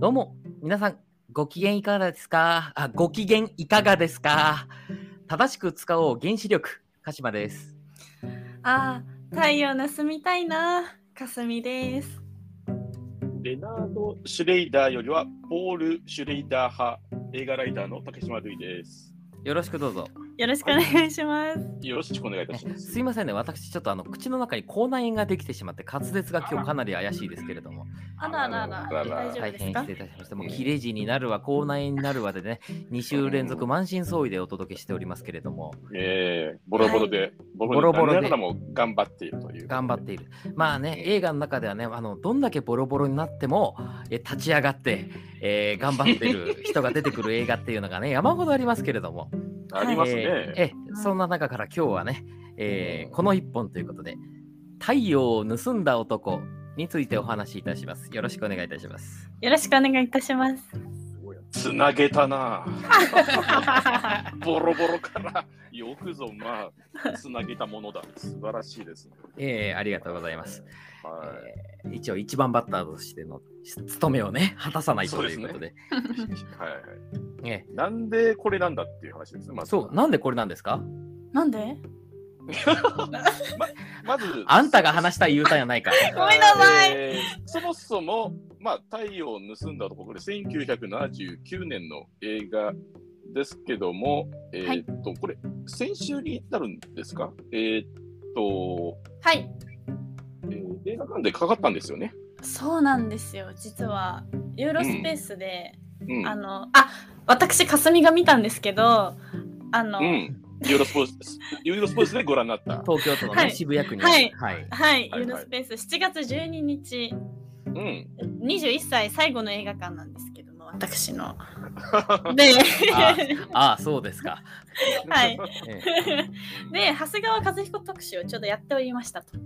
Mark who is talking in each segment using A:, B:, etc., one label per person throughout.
A: どうも、皆さん、ご機嫌いかがですかあ、ご機嫌いかがですか正しく使おう原子力、鹿島です。
B: ああ、太陽盗みたいな。かすみです。
C: レナード・シュレイダーよりは、ポール・シュレイダー派、映画ライターの竹島るいです。
A: よろしくどうぞ。
B: よろしくお願いします。
C: よろしくお願いいたします。
A: すいませんね、私ちょっとあの口の中に口内炎ができてしまって、滑舌が今日かなり怪しいですけれども、
B: あらあらあら、
C: あらあら
B: 大丈夫
A: 大
B: です
A: 変
B: か
A: 失礼いたしました。もう切れ字になるわ、口内炎になるわでね、2週連続満身創痍でお届けしておりますけれども、
C: ええボロボロで、ボロボロ
A: ボロボロで
C: で、ながらも頑張っているという。
A: 頑張っている。まあね、映画の中ではね、あのどんだけボロボロになっても、え立ち上がって、えー頑張ってる人が出てくる映画っていうのが ね、山ほどありますけれども、
C: ありますね。
A: えーえーそんな中から今日はね、えーこの一本ということで、太陽を盗んだ男についてお話しいたします。よろしくお願いいたします。
B: よろしくお願いいたします。
C: つなげた な。ボロボロから、よくぞ、まあ、つなげたものだ。素晴らしいですね。
A: えーありがとうございます。。
C: はい。
A: えー一応一番バッターとしての務めをね、 果たさないということで。
C: はいはい。
A: え
C: なんでこれなんだっていう話ですね。ま
A: ー
C: ず
A: そう、なんでこれなんですか
B: なんで
C: まず、
A: あんたが話したい言うたんやない か。
B: ごめんなさい
C: えーそもそも、まあ、太陽を盗んだ男、これ1979年の映画ですけども、えーっと、これ、先週になるんですかえーっと、
B: はい、
C: えー映画館でかかったんですよね。
B: そうなんですよ。実は、ユーロスペースで、
C: うん。
B: あの、あ私、かすみが見たんですけど、あの、
C: うん、ユーロスポーツ、ユーロスポーツでご覧に なった。
A: 東京都の、ね
B: はい
A: 渋谷区に、
B: はい
A: はい
B: はい、
C: はい
B: ユーロスペース7月12日、
C: うん。
B: 21歳最後の映画館なんですけども、私 の。で、
A: あああそうですか、
B: はい。
A: え
B: で長谷川和彦特集をちょうどやっておりましたと。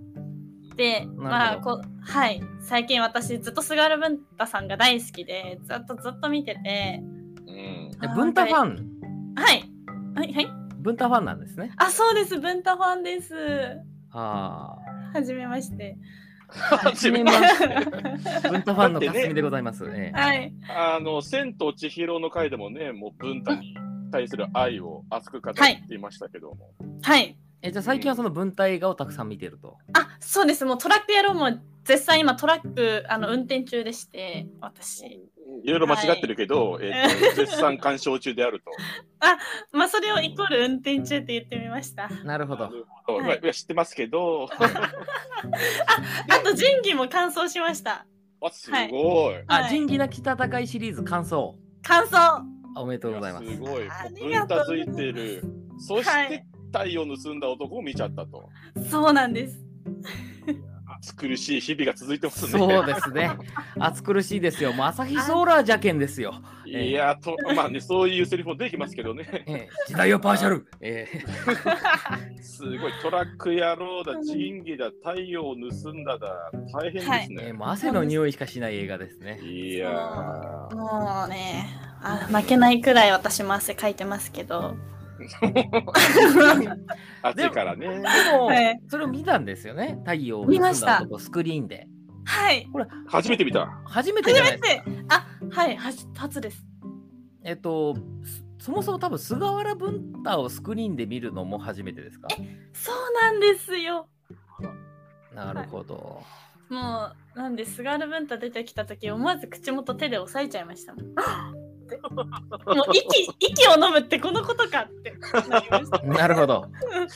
B: でま
A: な
B: あ
A: るほ
B: こはい最近私ずっと菅原文太さんが大好きでずっとずっと見てて
C: うん。
A: え文太ファン
B: はいはいはい
A: 文太ファンなんですね
B: あそうです文太ファンです
A: あ
B: はじめまして
C: 初 めまして
B: は
A: あ文太ファンのかすみでございます、ええ
B: い
C: あの、千と千尋の回でもね、もう文太に対する愛を熱く語っていましたけども。
B: はい
A: えじゃあ最近はその文太映画をたくさん見てると
B: あそうですもうトラック野郎も絶賛今トラックあの運転中でして私
C: いろいろ間違ってるけど、えー と絶賛鑑賞中であると。
B: まあそれをイコール運転中って言ってみました
A: なるほど
C: なるほど
B: はい
C: いや知ってますけど、
B: あと仁義も完走しました
C: あすごい。
A: あ
B: はい
A: 仁義なき戦いシリーズ感想
B: 完走
A: おめでとうございま
C: い
A: す
C: やすごい。
B: あ
C: もう
B: り
C: 分
B: がとう
C: た
B: ござ
C: つ
B: い
C: い
B: ます
C: てる。そして、
B: はい
C: 太陽を盗んだ男を見ちゃったと。
B: そうなんです
C: 暑苦しい日々が続いてますね。
A: そうですね暑苦しいですよもう朝日ソーラーじゃけんですよ、
C: いやとまあねそういうセリフも出てきますけどね。
A: ええ、時代はパーシャル、ええ、
C: すごいトラック野郎だ、仁義だ、太陽を盗んだだ、大変です
A: ええ
C: ね。
A: もう汗の匂いしかしない映画ですね
C: い、やー
B: もうねあ負けないくらい私も汗かいてますけど
C: 暑いからね。
A: でも、
B: はい
A: それを見たんですよね太陽を
B: 見
A: 盗
B: ま
A: ん
B: し
A: だ
B: た
A: 男スクリーンで
B: はい
C: 初めて見た。
A: 初めて
B: 初
A: じゃない
B: め
A: です
B: て
A: か。
B: あはいはじ初です
A: えっと、すそもそも多分菅原文太をスクリーンで見るのも初めてですか
B: そうなんですよ
A: なるほど。
B: もうなんで菅原文太出てきた時思わず口元手で押さえちゃいました もんもう息息を飲むってこのことかってなりました
A: なるほ ど。
B: うん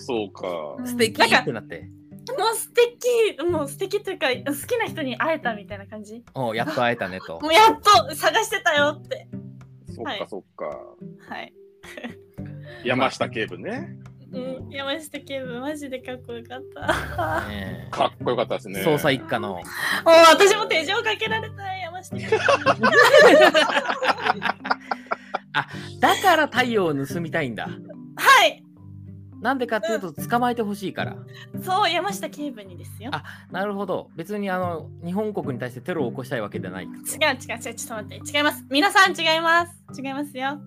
C: そうか。
A: 素敵
B: なんか
A: ってなって。
B: もう素敵もう素敵というか好きな人に会えたみたいな感じ
A: おうやっと会えたねと
B: も。うやっと探してたよって
C: そっ
B: は
C: か
B: い
C: そっか。
B: はい
C: 山下警部ね。
B: うん、山下警部マジでかっこよか った。
A: え
C: かっこよかったです
A: え
C: ね。
A: 捜査一課の。
B: もう私も手錠かけられたい山下警部。
A: だから太陽を盗みたいんだ。
B: はい、
A: なんでかっていうと捕まえてほしいから。
B: そう山下警部にですよ
A: あ。なるほど。別にあの日本国に対してテロを起こしたいわけじゃない。
B: 違う違う違うちょっと待って違います。皆さん違います。違いますよ。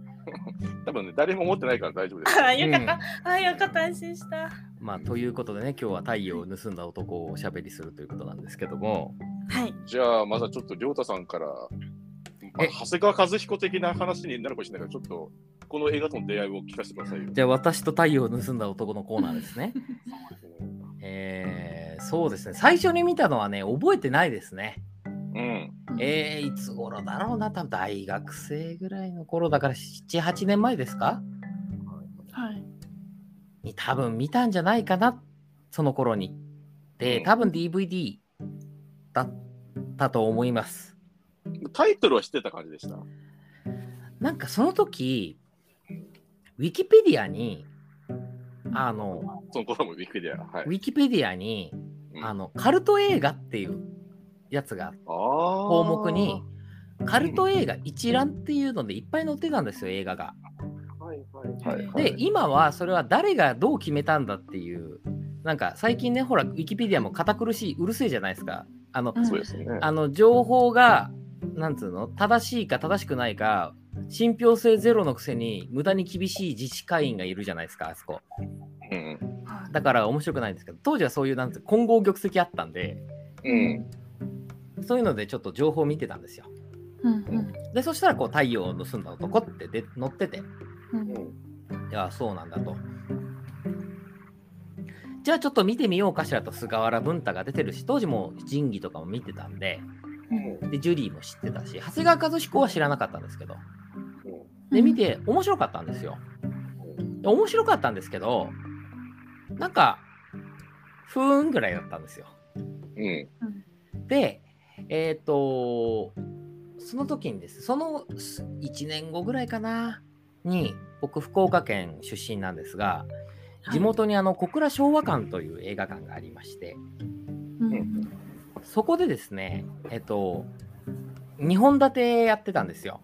C: 多分ね、誰も持ってないから大丈夫です。
B: あよかった。あよかった安心した。
A: まあ、ということでね、今日は太陽を盗んだ男をおしゃべりするということなんですけども、
B: はい。
C: じゃあ、まずはちょっと亮太さんから、まあ
A: え
C: 長谷川和彦的な話になるかもしれないから、ちょっとこの映画との出会いを聞かせてくださいよ。
A: じゃあ私と太陽を盗んだ男のコーナーですね。
C: う
A: えー、そうですね、最初に見たのはね、覚えてないですね。
C: ん。
A: えー、いつ頃だろうな、多分大学生ぐらいの頃だから、7、8年前ですか
B: はい。
A: に多分見たんじゃないかな、その頃に。で、多分 DVD だったと思います。
C: タイトルは知ってた感じでした。
A: なんかその時、ウィキペディアに、あの、
C: その頃もウィキペディア。はい
A: ウ。ィキペディアに、
C: うん
A: あの、カルト映画っていうやつが、項
C: 項
A: 目に、カルト映画一覧っていうのでいっぱい載ってたんですよ、映画が。
C: はいはいはい、
A: で、今はそれは誰がどう決めたんだっていう、なんか最近ね、ほら、ウィキペディアも堅苦しい、うるせえじゃないですか。あの、
C: そうですね。
A: あの情報が、なんつうの、正しいか正しくないか、信憑性ゼロのくせに、無駄に厳しい自治会員がいるじゃないですか、あそこ。
C: うん。
A: だから面白くないんですけど、当時はそういう、なんつう、混合玉石あったんで、
C: うん。
A: そういうのでちょっと情報を見てたんですよ。
B: うんうん
A: で、そしたら、こう、太陽を盗んだ男ってで載ってて、
B: うん
A: いや、そうなんだと。じゃあちょっと見てみようかしらと菅原文太が出てるし当時も仁義とかも見てたんで
C: うん。
A: でジュリーも知ってたし長谷川和彦は知らなかったんですけど
B: う
A: で
B: ん
A: 見て面白かったんですよ。で面白かったんですけどなんかふーんぐらいだったんですよ。
C: うん。
A: でえっ、とその時にですそのす1年後ぐらいかなに僕福岡県出身なんですが
B: はい
A: 地元にあの小倉昭和館という映画館がありまして
B: うん
A: そこでですねえっ、と2本立てやってたんですよ。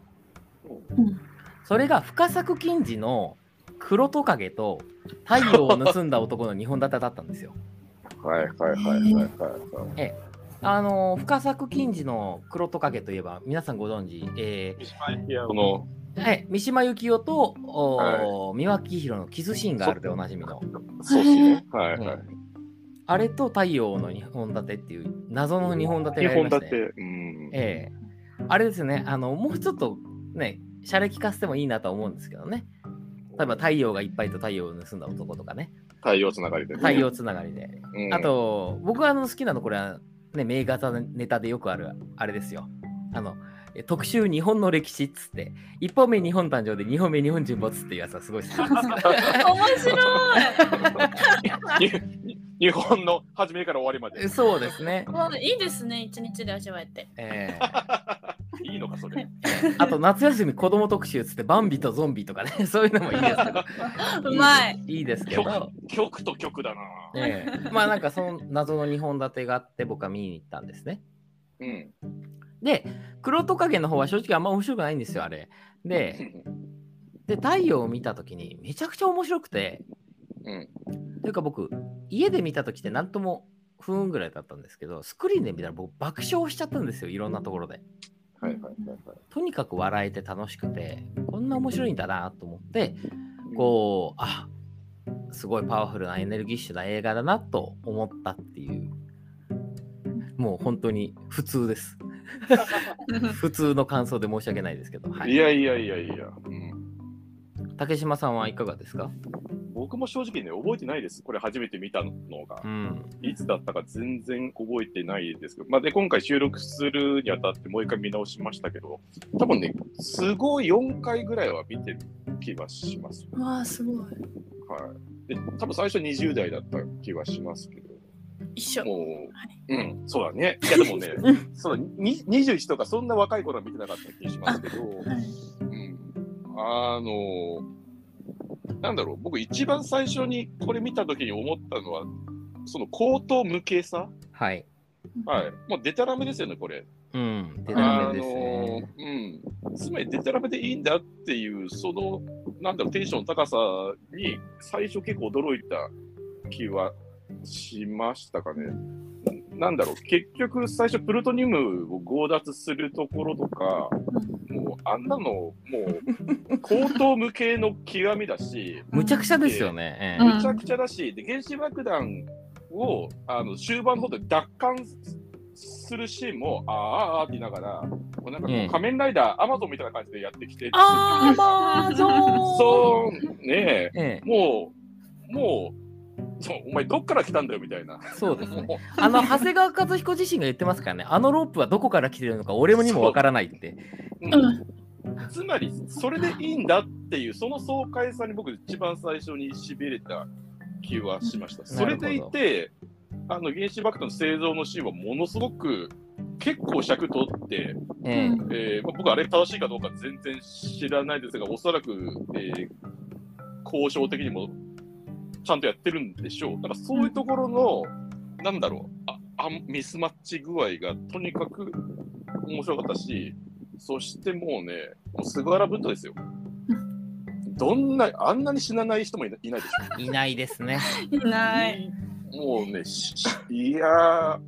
B: うん
A: それが深作金次の黒トカゲと太陽を盗んだ男の2本立てだったんですよ。
C: はいはいはいはいはいはい。
A: あのー深作金次の黒トカゲといえば皆さんご存知、え
C: この、
A: ーはい、三島由紀夫とおー、
C: は
A: 三輪明宏のキスシーンがあるでおな じみの
C: そうですね。はいはい。
A: あれと太陽の2本立てっていう謎の2本立て
C: 日
A: がありま
C: 本
A: し、
C: だってて、うん。
A: ええあれですねあのもうちょっとねシャレ聞かせてもいいなとは思うんですけどね例えば太陽がいっぱいと太陽を盗んだ男とかね
C: 太陽つながりで、ね。
A: 太陽つながりで
C: うん
A: あ、と、僕があの好きなのこれは、ね、名画ネタでよくある、あれですよ。あの、え特集日本の歴史っつって、一本目日本誕生で二本目日本沈没っていうやつはすごい好きなんですけど
B: 面白い。
C: に日 本の初めから終わり まで
A: え。そうですね。
B: もういいですね。一日で味わえて。
A: えー
C: いいのか、それ。
A: あと、夏休み子供特集っつって、バンビとゾンビとかね、 そういうのもいいですけど。
B: うまい。
A: いいですけ
C: 曲
A: ど。、
C: 曲と曲だな。
A: ええまあなんかその謎の2本立てがあって僕は見に行ったんですね。
C: うん。
A: で、黒トカゲの方は正直あんま面白くないんですよ、あれ。で、で太陽を見た時にめちゃくちゃ面白くて
C: うん。
A: というか僕家で見た時って何とも不運ぐらいだったんですけどスクリーンで見たら僕爆笑しちゃったんですよいろんなところで
C: はいはいはいはい。
A: とにかく笑えて楽しくてこんな面白いんだなと思ってこうあすごいパワフルなエネルギッシュな映画だなと思ったっていうもう本当に普通です普通の感想で申し訳ないですけど、はいい、
C: やいやいやいや。うん
A: 竹島さんはいかがですか
C: 僕も正直ね、覚えてないです。これ初めて見たのが
A: う。ん
C: いつだったか全然覚えてないですけど、まあ、で、今回収録するにあたってもう一回見直しましたけど、多分ね、すごい4回ぐらいは見てる気はします。
B: わあすごい。
C: はい。で、多分最初20代だった気はしますけど、
B: 一緒。
C: も、
B: はいう
C: うん、そうだね。いや、でも ね、そうに21とかそんな若い頃は見てなかった気します けど、
B: はい
C: うんあのなんだろう、僕一番最初にこれ見た時に思ったのは、その高等無形さ、
A: はい
C: はい、もうデタラメですよね、これ。
A: うん、で
C: あ
A: ダメですね。
C: のうん、つまりデタラメでいいんだっていう、その、なんだろう、テンションの高さに、最初結構驚いた気はしましたかね。なんだろう、結局最初プルトニ ウムを強奪するところとか、もうあんなの、もう、荒唐無稽の極みだし、
A: むちゃくちゃですよね。
B: うん
A: ええ
C: めちゃくちゃだし、で原子爆弾をあの終盤の方で奪還するシーンも、あーあーあーって言いながら、もうなんかこ
A: うん
C: う仮面ライダー、アマゾンみたいな感じでやってきて、
B: あーまあ、そう。
C: そう、ね
A: え
C: え、もう、もう、そうお前、どっから来たんだよみたいな。
A: え、そうですね。
C: も
A: あの長谷川和彦自身が言ってますからね、あのロープはどこから来てるのか、俺にもわからないって。
C: ううんつまり、それでいいんだっていう、その爽快さに僕、一番最初にしびれた気はしました。それでいて、あの原子爆弾の製造のシーンはものすごく結構尺取って、
A: ええ
C: えーまあ、僕、あれ正しいかどうか全然知らないですが、おそらく、えー交渉的にもちゃんとやってるんでしょう。だからそういうところの、なんだろうああ、ミスマッチ具合がとにかく面白かったし、そしてもうね、もう菅原文 太ですよ。どんな、あんなに死なない人もいないいないでし
A: いないですね。
B: いない。
C: ょ。もうね、ししいやー、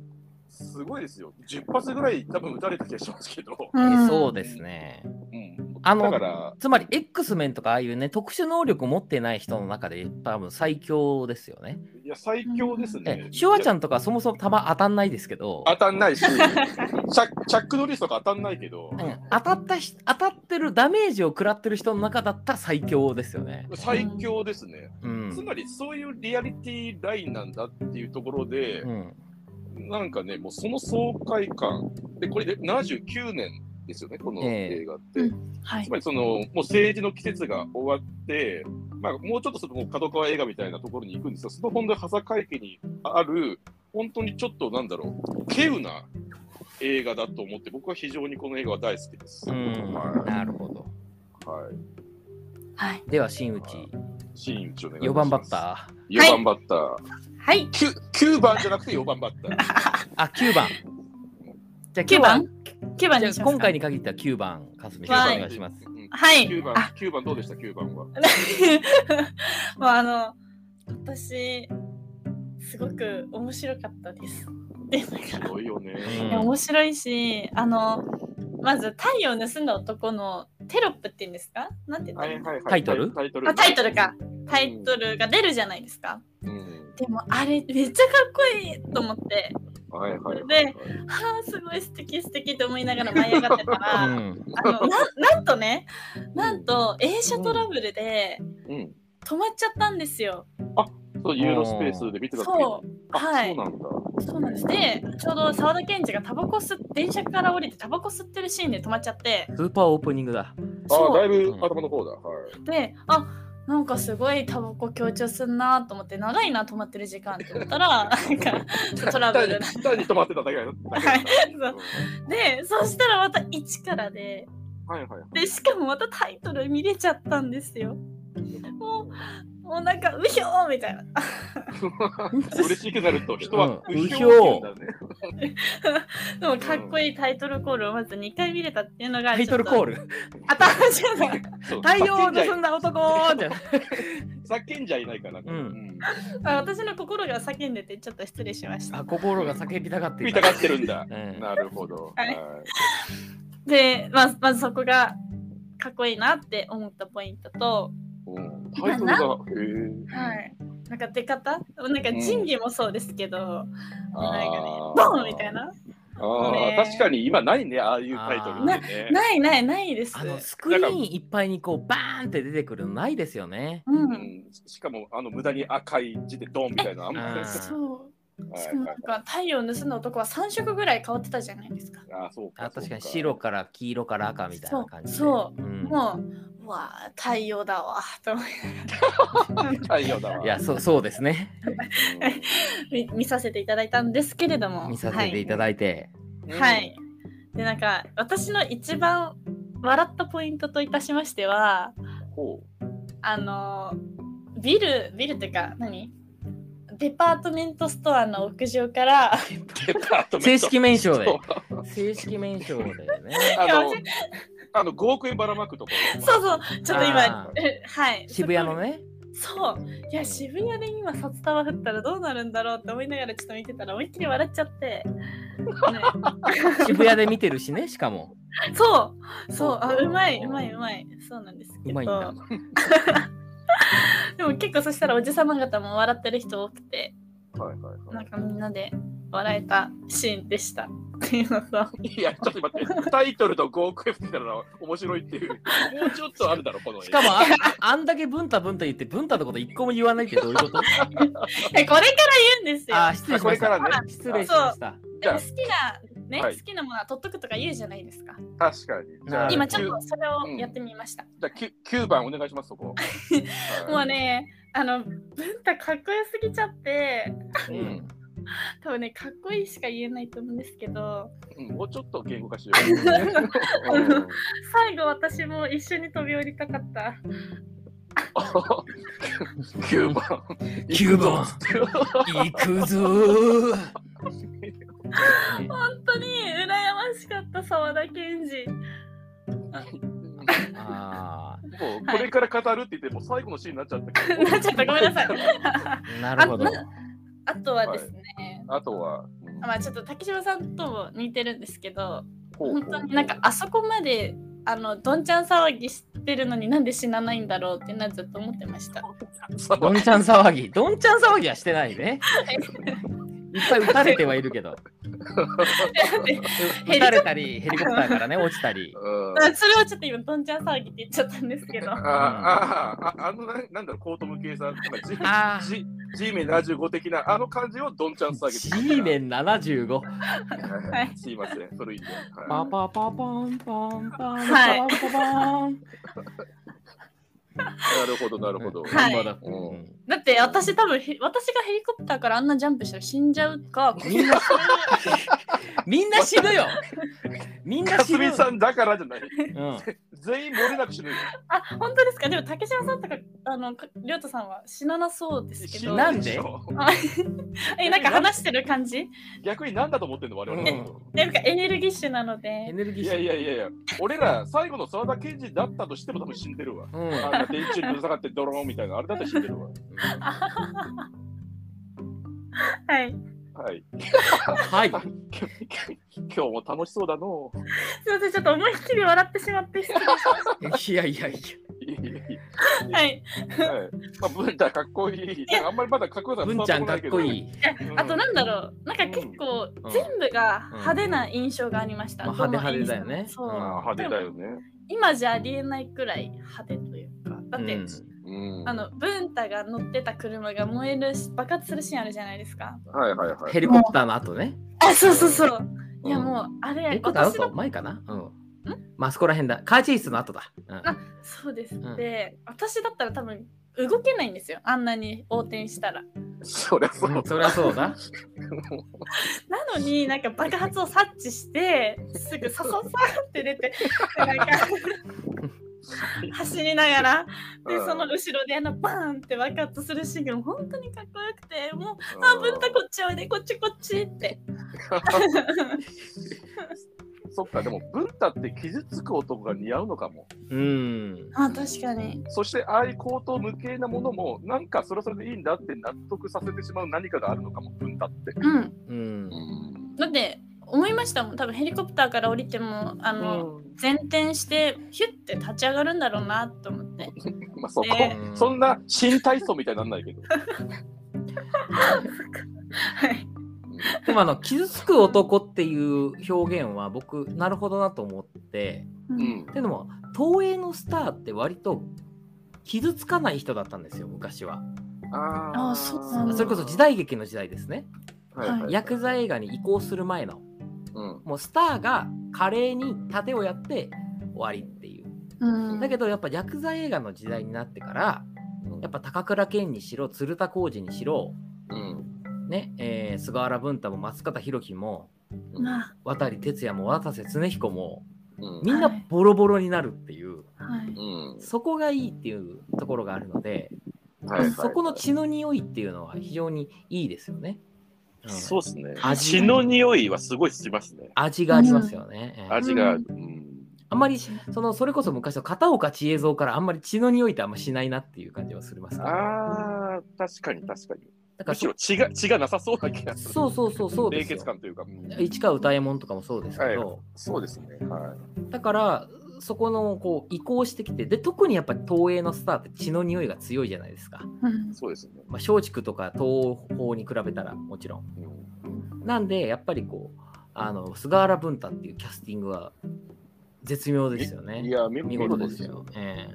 C: すごいですよ。10発ぐらい多分撃たれた気がしますけ ど。
A: ええ
B: ん
A: そうですね。
C: うん、
A: あの
C: だから、
A: つまり X メンとかああいうね特殊能力を持ってない人の中で多分最強ですよね。
C: いや、最強です
A: え
C: ね
A: え。シュワちゃ
C: ん
A: んとかそもそも弾当たんないですけど、
C: 当たんないし、チャチャック・ノリスとか当たんないけど、
A: うん当たったし当たってるダメージを食らってる人の中だったら最強ですよね。
C: 最強ですね。
A: う
C: つ
A: ん。
C: まり、そういうリアリティラインなんだっていうところで
A: う、ん、
C: なんかね、もうその爽快感、でこれで79年ですよね、この
A: ええ
C: 映画って。
B: うんは
C: つ
B: い。
C: まりその、もう政治の季節が終わって、まあ、もうちょっとするともう角川映画みたいなところに行くんですが、その本で波佐会家にある、本当にちょっとなんだろう、稀有な映画だと思って、僕は非常にこの映画は大好きです。
A: うん
C: は
A: なるほど。
C: い。はい、
B: はい。
A: では新内
C: シーン一応お願いし
A: 4
C: ます
A: 番バッター。
C: 4番バッター。
B: はい。
C: きゅ9番じゃなくて4番バッター。
A: あ9番。じゃあ
B: 九
A: 9
B: 番
A: 番。
B: 九番
A: じ
B: に
A: ゃ
B: します
A: あ
B: か
A: 今回。に限っては9番かすみさんお願いします。
C: うん
B: はい。
C: 9番
B: あ、
C: 9番どうでした ?9 番は。
B: まああの私すごく面白かったです。でなんか
C: すごいよね。
B: いや面白いしあのまず「太陽を盗んだ男」のテロップって言うんですかなんて言っ
C: は
B: た
C: い
B: らいい
C: はい
B: の
C: はい、
A: タイトル
C: タイト
B: あタイトルか。タイトルが出るじゃないですか。
C: うん
B: でもあれめっちゃかっこいいと思って
C: はいはいはいはい。
B: ではあすごい素敵素敵と思いながら舞い上がってたら
A: う
B: あ
A: ん
B: のななんとねなんと映写トラブルで
C: うん。
B: 止まっちゃったんですよ。
C: そう、ユーロスペースで見てた時
B: そう
C: あ、
B: はい
C: そうなんだ。
B: そうなんです。で、ちょうど沢田研二がタバコ吸って、電車から降りてタバコ吸ってるシーンで止まっちゃって、
A: スーパーオープニングだ。
C: あ、だ
B: そ
C: いぶ頭の方だ。はい。
B: う。で、あなんかすごいタバコ強調すんなと思って、長いな、止まってる時間って思ったら、なんかトラブルだ。
C: 単に単に止まってただけだよ。だけだうん
B: そうで、そしたらまた一からで、
C: はいはいはい。
B: で、しかもまたタイトル見れちゃったんですよ。もう、もうなんか、うひょーみたいな。
C: 嬉しくなると人は
A: うん
C: うひょうって言うんだね。
B: でも、かっこいいタイトルコールをまず2回見れたっていうのが、
A: タイトルコー
B: ル。
A: ル。
B: 頭じゃ ない。
C: そう
A: 太陽を
C: 叫んじゃい
A: 盗んだ男ーじゃない。
C: 叫んじゃいないから。
A: うん
C: ん。
B: あ私の心が叫んでてちょっと失礼しました
A: あ。心が叫びたがってい
C: 見
A: た
C: たがってるんだ。
A: うん
C: なるほど。
B: はい
C: は
B: で、まあ、まずそこがかっこいいなって思ったポイントと、
C: うんタイトルが。へー
B: はい、なんか出方なんか仁義もそうですけど、なんかね
C: あー
B: ボンみたい。な。
C: あ
B: ね
C: あ、確かに今ないね、ああいうタイトルってね。
B: ないないないです。
A: あのスクリーンいっぱいにこうバーンって出てくるのないですよね。
B: う。
C: うんんしかも、あの無駄に赤い字でドンみたいな。あんまり
A: うん
B: そう。
C: はい
B: しかもなんか太陽を盗んだ男は3色ぐらい変わってたじゃないですか。
C: あーそうか。
A: あ確かに
C: そう
A: 白から黄色から赤みたいな感じで。。
B: そう
A: ん、
B: もう、うわあ太陽だわと思い
C: 太陽だわ。
A: いやそうそうですね。
B: 見見させていただいたんですけれども。
A: 見させていただいて。
C: うん
B: はい。。でなんか私の一番笑ったポイントといたしましては
C: ほう。
B: あのビルビルっていうか何デパートメントストアの屋 上から
C: デパートメント
A: 正式名称で
C: そう。
A: 正式名称でね。
C: あ
B: や
C: の、あの5億円ばらまくところ。
B: そうそうちょっと今
A: あ
B: はい
A: 渋谷のね。
B: そそういや渋谷で今札束振ったらどうなるんだろうって思いながらちょっと見てたら思いっきり笑っちゃ って、ね
A: 渋谷で見てるしね、しかも。
B: そうそうあうまいうまいうまいそうなんですけ
A: うまいんだ
B: ど。 でも結構そしたらおじさま方も笑ってる人多くて
C: はいはい
B: な
C: は
B: んかみんなで笑えたシーンでしたっていうのと
C: い。いや、ちょっと待って、タイトルと5億円って言ったら面白いっていう、もうちょっとあるだろ、この映
A: し
C: 画
A: かもあ、ああんだけ文太文太言って、文太のこと一個も言わないってどういうこと
B: えこれから言うんですよ
A: あー、失礼しまし
C: あこれから
A: た。
C: ね
A: 失礼しました。
B: でも好きなね、
C: はい
B: 好きなものは取っとくとか言うじゃないですか
C: 確かに。じゃあ、
B: 今ちょっ
C: きゅう
B: とそれをやってみました、
C: じゃあきゅ九9番お願いします、そこ。
B: もうねあの文太かっこよすぎちゃって
C: うん
A: うん
B: 多分ねかっこいいしか言えないと思うんですけど
C: うんもうちょっと言語化しよう。 うん
B: 最後私も一緒に飛び降りたかった
C: 9番。
A: 九番 行くぞー。
B: 本当に羨ましかった沢田研二
A: あ
C: もうこれから語るって言って、もう最後のシーンになっちゃったけど。
B: なっちゃったごめんなさい。
A: ー、なるほど。
B: あ あとはですね、
C: あとは、うん
B: まあちょっと竹島さんとも似てるんですけど、
C: ほうほう
B: 本当になんかあそこまであのどんちゃん騒ぎしてるのになんで死なないんだろうってなずっと思ってました。
C: さ
A: どんちゃん騒ぎ。どんちゃん騒ぎはしてないね。いっぱい撃たれてはいるけど。撃たれたり、ヘリコプターからね、落ちたり。
C: うん
B: あそれをちょっと今どんちゃん騒ぎって言っちゃったんですけど
C: あ、あああのななんだろうコート向けさんとかジ
A: あー
C: ジジーメン75的なあの感じをどんちゃん下げて
A: G メン75。
C: は
B: はいい
C: すいません古いんで、
A: パ
C: は
A: パパパンパンパン
B: はい
A: パンパパン。
C: い、なるほどなるほど、
B: はい
A: 頑張ろう
C: うん
A: うん
B: だって私多分へ私がヘリコプターからあんなジャンプしたら死んじゃうか、こ
A: みんな死ぬ。みんな死ぬよ。みんな
C: か
A: 死
C: す
A: ぬ。
C: みさんだからじゃない
A: うん
C: 全員漏れなく死ぬよ
B: あ本当ですか。でも竹島さんとかあのかりょうたさんは死ななそうですけ
C: 死
B: ど、
A: な
C: ないんでしょ
B: あ えなんか話してる感じ？
C: 逆になんだと思ってんの我々、
A: うん
B: なんかエネルギッシュなの
A: エ
B: で、
A: ネルギ
C: い
A: ー
C: やい
A: 質。
C: やいやいや俺ら最後の沢田研二だったとしても多分死んでるわ
A: うん
C: あんな電柱にぶら下がってドローンみたいなあれだって死んでるわ
B: はい。
C: はい
A: はい。
C: 今日も楽しそうだのう
B: すいません、ちょっと思いっきり笑ってしまって失礼しまし
A: いやいやいや。
C: いいいいいい
B: た。はい。
C: はい。まあ、文太かっこいい。なんかあんまりまだかっこよさ
A: 文ちゃんかっこい
C: い。
A: い。
B: あとなんだろう、なんか結構全部が派手な印象がありました。
A: うん
B: どの
A: まあ派手派手
B: 演出も
A: だよね
B: そう。
A: うん
C: まあ派手だよね。
B: 今じゃありえないくらい派手というか、だって、
A: うん
C: うん
B: あの文太が乗ってた車が燃えるし爆発するシーンあるじゃないですか。
C: はいはいは
A: ヘリコプターの後ね。
B: あ、そうそうそう。
C: い。
B: いや
C: うん。
B: もうあ
A: ヘ
B: れ
A: リコプターの
B: 私
A: 後
B: の
A: 前かな。うん。まあそこら辺だ。カーチェイスの後だ。うん
B: あそうです
A: ん
B: で私だったら多分動けないんですよあんなに横転したら
C: そりゃそう
A: うん。そりゃそうだ。
B: なのになんか爆発を察知してす ぐサササって出てでなんか走りながらでその後ろであのバーンって爆発するシーンが本当にかっこよくてもう「あぶったこっちおいでこっちこっち」って
C: そっか、でも文太って傷つく男が似合うのかも。
A: うん。
B: あ確かに
C: そして、ああいう口頭無形なものも、なんかそれはそれでいいんだって納得させてしまう何かがあるのかも、文太って。
B: うん
A: うん。
B: だって思いましたもん多分ヘリコプターから降りてもあの、前転してヒュッて立ち上がるんだろうなと思って
C: まあそこ
B: ね、
C: そんな新体操みたいになんないけど。
B: はい
A: でもあの傷つく男っていう表現は僕なるほどなと思って
C: う
B: うん
C: ん
A: っ。ていうのも東映のスターって割と傷つかない人だったんですよ昔は
C: あ
B: あそうなんだ
A: それこそ時代劇の時代ですね
C: はいはいはい
A: ヤクザ映画に移行する前の
C: うん
A: もうスターが華麗に盾をやって終わりっていう
B: うん
A: だけどやっぱヤクザ映画の時代になってからやっぱ高倉健にしろ鶴田浩二にしろ
C: うん
A: ねえー菅原文太も松方弘樹も
B: まあ
A: 渡哲也も渡瀬恒彦も
C: うん
A: みんなボロボロになるっていう、
B: はい
C: うん
A: そこがいいっていうところがあるので、
C: はいはい
A: そこの血の匂いっていうのは非常にいいですよね。うん
C: そうですね。
A: 味
C: 血の匂いはすごいしますね。
A: 味がありますよね。ええ
C: 味がある。うん
A: あんまり、その、それこそ昔の片岡千恵蔵からあんまり血の匂いってあんましないなっていう感じはするますけど。
C: ああ、確かに確かに。
A: だから
C: むし
A: そ
C: ろ、血が、血がなさそうな気がする。
A: そうそうそうそう
C: 冷
A: です
C: 血
A: よ。
C: 感というか。
A: 市川歌右衛門とかもそうですけど、
C: そうですね。はい。
A: だから、そこのこう移行してきて、で、特にやっぱり東映のスターって血の匂いが強いじゃないですか。
B: うん
C: そうですね。
A: まあ、松竹とか東宝に比べたらもちろん。
C: うん
A: なんで、やっぱりこう、あの菅原文太っていうキャスティングは絶妙ですよね。
C: いや、見
A: 見
C: 事
A: 事
C: で
A: ですす
C: よ
A: よ。。え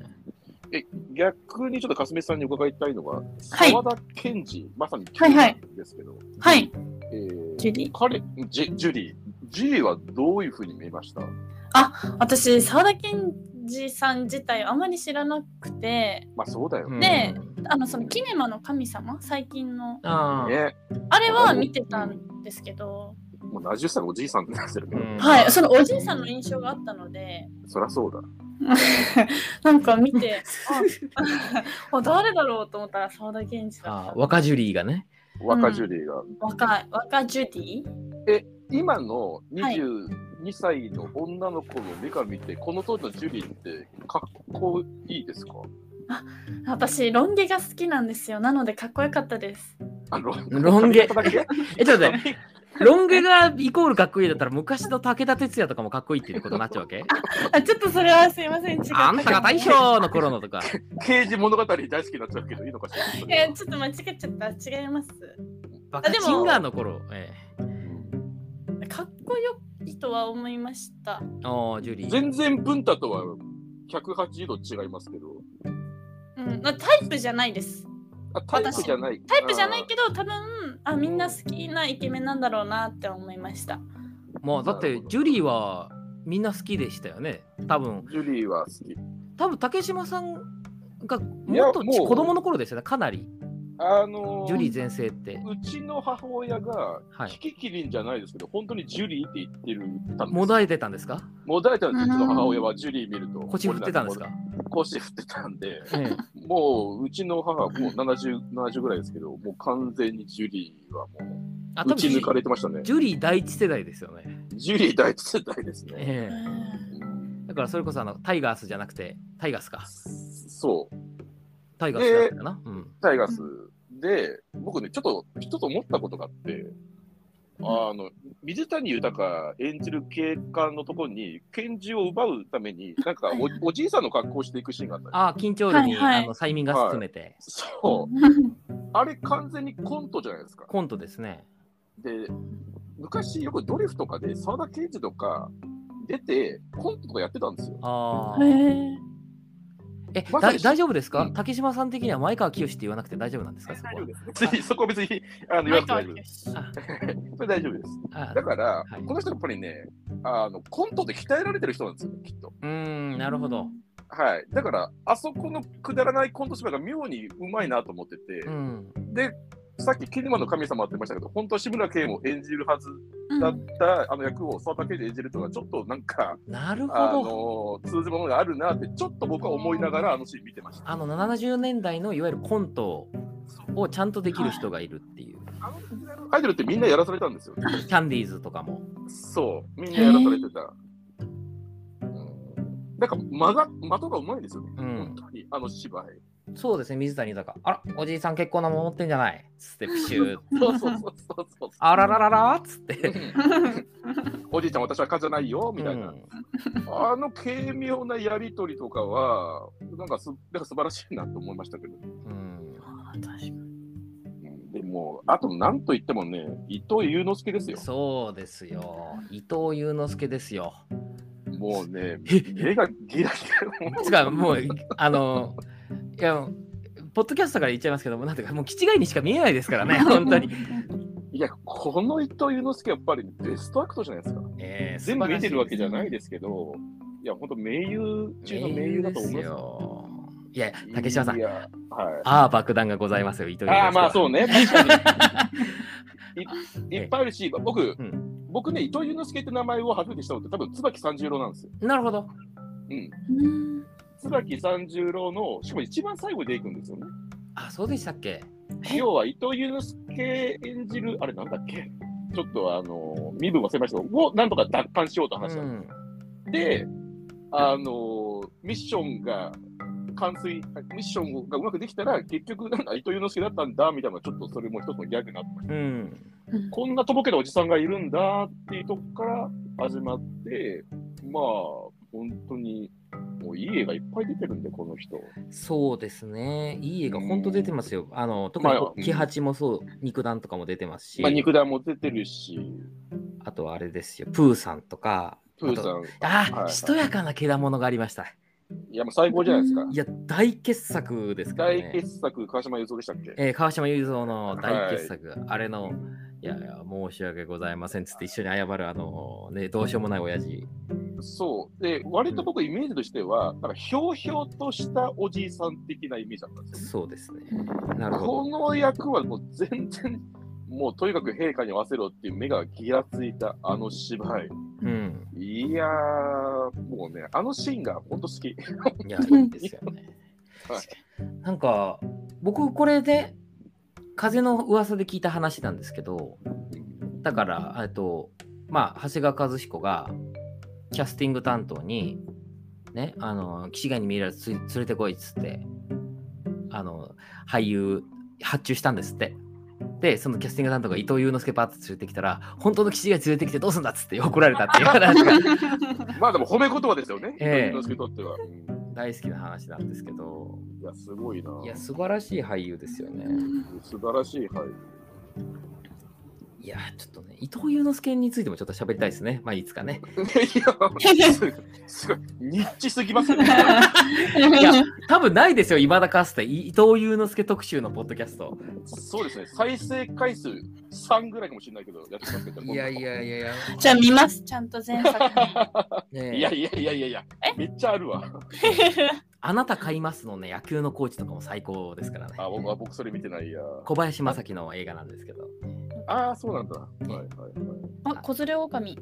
A: え
C: え、逆にちょっとかすみさんに伺いたいのが、
B: い
C: 沢田研二、まさに
B: はいはい
C: ですけど、
B: はい。
C: えー
B: ジュリー
C: 彼ジェジュリー、ジュリーはどういうふうに見えました
B: 私、沢田研二さん自体あまり知らなくて、
C: まあそうだよね。
B: ね
A: うん
B: あの、その、キネマの神様、最近の。
A: ああ、
C: ね
B: あれは見てたんですけど、
C: もう70歳のおじいさんってなってるけど、
A: うん
B: はい、そのおじいさんの印象があったので、
C: そりゃそうだ。
B: なんか見て、 ああ誰だろうと思ったら沢田研二
A: あ
B: だ
A: あ若ジュリーがね。
C: 若ジュリーが。
B: 若い、若ジュディ
C: 今の
B: はい
C: 22歳の女の子の目から見て、この当時のジュリーってかっこいいですか
B: 私、ロン毛が好きなんですよ。なので、かっこよかったです。
C: あの
A: ロン毛
C: 髪型だけ
A: え、ちょっと待って、ロン毛がイコールかっこいいだったら、昔の武田鉄矢とかもかっこいいっていうことになっちゃうわけ
B: あ、ちょっとそれはすいません、違った。
A: あんたが大将の頃のとか。
C: 刑事物語大好きになっちゃうけど、いいのかしら。
B: いや、ちょっと間違っちゃった。違います。
A: バカ
B: でも
A: チンガーの頃。え
B: かっこよいとは思いました。
A: え、おージュリー。
C: 全然文太とは180度違いますけど、
B: うん、まあタイプじゃないです。
C: あタイプじゃない。
B: タイプじゃない
C: ど。
B: けど、多分あみんな好きなイケメンなんだろうなって思いました。
A: もうだって、ジュリーはみんな好きでしたよね。多分、
C: ジュリーは好き。
A: 多分竹島さんが
C: いや
A: もっとち
C: もう
A: 子供の頃ですよね、かなり。
C: あのー
A: ジュリー全盛って。
C: うちの母親が、
A: は
C: キ
A: い。
C: キキリンじゃないですけど、本当にジュリーって言ってるたんです。
A: もだえてたんですか
C: もだえたんですよ、うちの母親はジュリー見ると。
A: 腰振ってたんですか
C: 腰振ってたんで、
A: え え
C: もううちの母はもう70、70ぐらいですけど、もう完全にジュリーはも
A: あ、
C: う
A: 多
C: 打ち抜か
A: 分
C: れてましたね。
A: ジュリー第一世代ですよね。
C: ジュリー第一世代ですね。
A: え
B: う
A: え。
B: ん
A: だからそれこそあの、タイガースじゃなくて、タイガースか。
C: そう、
A: タイガースだったかな。うん。
C: タイガース。で、僕ね、ちょっと一つ思ったことがあって、あの水谷豊演じる警官のところに拳銃を奪うために、なんか
B: はい
C: おおじいさんの格好をしていくシーンがあったんです
A: ああ、緊張力に、
B: はいはい
A: あの催眠が進めて、
C: そう、あれ完全にコントじゃないですか。
A: コントですね。
C: で、昔よくドリフとかで沢田研二とか出て、コントとかやってたんですよ。
A: あ
B: へ
A: あ。
B: え
A: え、
C: まさ
A: だ
C: に
A: 大丈夫ですか、
C: うん
A: 竹島さん的には前川清って言わなくて大丈夫なんですかそこは。
C: 別にそこは別にあの言わなくて大丈夫です。
A: あ
C: それ大丈夫です。
A: あ
C: だから、
A: はい
C: この人やっぱりね、あのコントで鍛えられてる人なんですよ、きっと。
A: うーん、なるほど。。
C: はい。だから、あそこのくだらないコント芝居が妙にうまいなと思ってて、
A: うん。
C: で、さっきキネマの神様って言いましたけど、本当は志村けんを演じるはず
B: うん
C: だったあの役を沢田研二演じるとはちょっとなんか、
A: なるほ
C: あ
A: ど。
C: の通ずるものがあるなってちょっと僕は思いながらあのシーン見てました。
A: あの70年代のいわゆるコントをちゃんとできる人がいるっていう。
C: あのアイドルってみんなやらされたんですよ。
A: キャンディーズとかも。
C: そう、みんなやらされてた。うんなんか間が的がうまいですよね、
A: うん
C: 本当にあの芝居。
A: そうですね、水谷豊。あら、おじいさん結構なもの持ってんじゃないつってプシュー。
C: そうそうそうそうそう。
A: あららららっつって。
C: うんおじいちゃん、私は蚊じゃないよみたいな、
A: うん
C: あの軽妙なやりとりとかは、なんかすなんか素晴らしいなと思いましたけど、
A: うん
B: あ確かに
C: うんでも、あとなんといってもね、伊藤祐之介ですよ、
A: そうですよ。伊藤祐之介ですよ。
C: もうね、
A: え
C: 目がギラギラ、
A: つうかもうあのいやポッドキャストから言っちゃいますけどもなんていうかもう気違いにしか見えないですからね本当に、
C: いや、この伊藤祐之介、やっぱりベストアクトじゃないですか。
A: えー
C: 全部見てるわけじゃない
A: で
C: ですけど、いや、本当、名優
A: す
C: 中の名優だと思います
A: よいや竹島さん
C: いや、はい。
A: ああ爆弾がございますよ伊藤祐之介は
C: ああ、まあそうね。確か にいいっぱいあるし、僕、
A: ん
C: 僕ね、伊藤祐之介って名前を初めてしたのって、多分椿三十郎なんですよ。
A: なるほど
C: うん。
B: うん
C: 椿三十郎の、しかも一番最後でいくんですよね。
A: あそうでしたっけ
B: え
C: 要は伊藤祐之介演じる、あれなんだっけちょっとあの身分忘れましたけど、をなんとか奪還しようと話
A: う
C: した、
A: ん
C: で、あのミッションが完遂、ミッションがうまくできたら、結局、なんか糸魚之助だったんだみたいな、ちょっとそれも一つのギャグになってました。
A: うん。
C: こんなとぼけたおじさんがいるんだっていうとこから始まって、まあ、本当に、もういい映画いっぱい出てるんで、この人。
A: そうですね。いい映画、本当出てますよ。あの、特に
C: まあうん
A: 木八もそう、肉弾とかも出てますし、
C: まあ、肉弾も出てるし、
A: あとはあれですよ、プーさんとか、
C: プーさ
A: あ
C: ん。
A: あー、
C: はいはい
A: しとやかなけだものがありました。
C: いや、もう最高じゃないですか。
A: いや、大傑作ですからね。
C: 大傑作、川島雄三でしたっけ
A: えー川島雄三の大傑作、あれの、いやいや、申し訳ございませんっつって一緒に謝る、あの、ね、どうしようもない親父。
C: そう。で、割と僕、イメージとしては、なんか、ひょうひょうとしたおじいさん的なイメージだったんですよ。
A: そうですね。なるほ
C: この役はもう全然、もうとにかく陛下に合わせろっていう目がギラついたあの芝居。
A: ど。うん。
C: いやー、もうね、あのシーンが本当好き。
A: いや、いいですよね。
C: はい
A: なんか、僕、これで、風の噂で聞いた話なんですけど、だから、えっと、まあ、長谷川和彦が、キャスティング担当に、ね、あの、岸外に見えるやつ連れてこいっつって、あの、俳優、発注したんですって。で、そのキャスティング担当が伊藤祐之介パーッと連れてきたら、本当の岸外連れてきてどうすんだっつって怒られたっていう話が
C: まあでも褒め言葉ですよね、
A: ええ
C: 伊藤にとっては。うん
A: 大好きな話なんですけど、
C: いや、すごいな。
A: いや、素晴らしい俳優ですよね。
C: 素晴らしい、 はい。
A: いやー、ちょっとね、伊藤祐之助についてもちょっと喋りたいですね。まあ、いつかね。
C: いや、すごい、すごいニッチすぎますよね。
A: いや、多分ないですよ、いまだかつて。い伊藤祐之助特集のポッドキャスト。
C: そうですね、再生回数3ぐらいかもしれないけど、やってますけど。
A: いやいやいやいや。
B: じゃあ見ます、ちゃんと前 作。
A: ねえ
C: いやいやいやいやいや、めっちゃあるわ。
A: あなた買いますのね、野球のコーチとかも最高ですからね。
C: あ、僕は僕それ見てないや。
A: 小林正樹の映画なんですけど。
C: ああ、そうなんだ。はいはいはい。
B: あ、子連れ狼。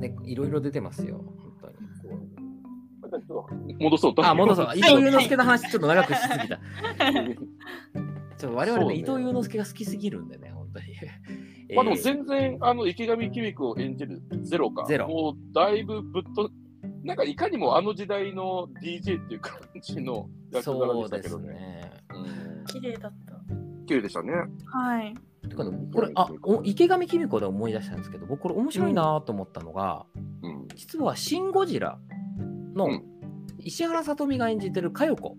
A: ね、いろいろ出てますよ、本当に。
C: またちょっと戻そう。
A: あ、戻そう。 伊藤
B: はい
A: 祐之助の 話、ちょっと長くしすぎた。ちょっと我々
C: そう
A: ね、
C: ね
A: 伊藤祐之助が好きすぎるんでね、本当に。
C: まあでも
A: えー
C: 全然、あの池上キミクを演じるゼロか。
A: ゼロ
C: もうだいぶぶっと、なんかいかにもあの時代の DJ っていう感じの役柄で
A: そう
C: した
A: で
C: け
A: す
C: どね。
A: ね。
C: うん
B: 綺麗だった。
C: 綺麗でしたね。
B: はい。
A: てかねこれあお池上公子で思い出したんですけど僕これ面白いなと思ったのが、
C: うん。
A: 実は「シン・ゴジラ」
C: う
A: の
C: ん
A: 石原さとみが演じてる佳代子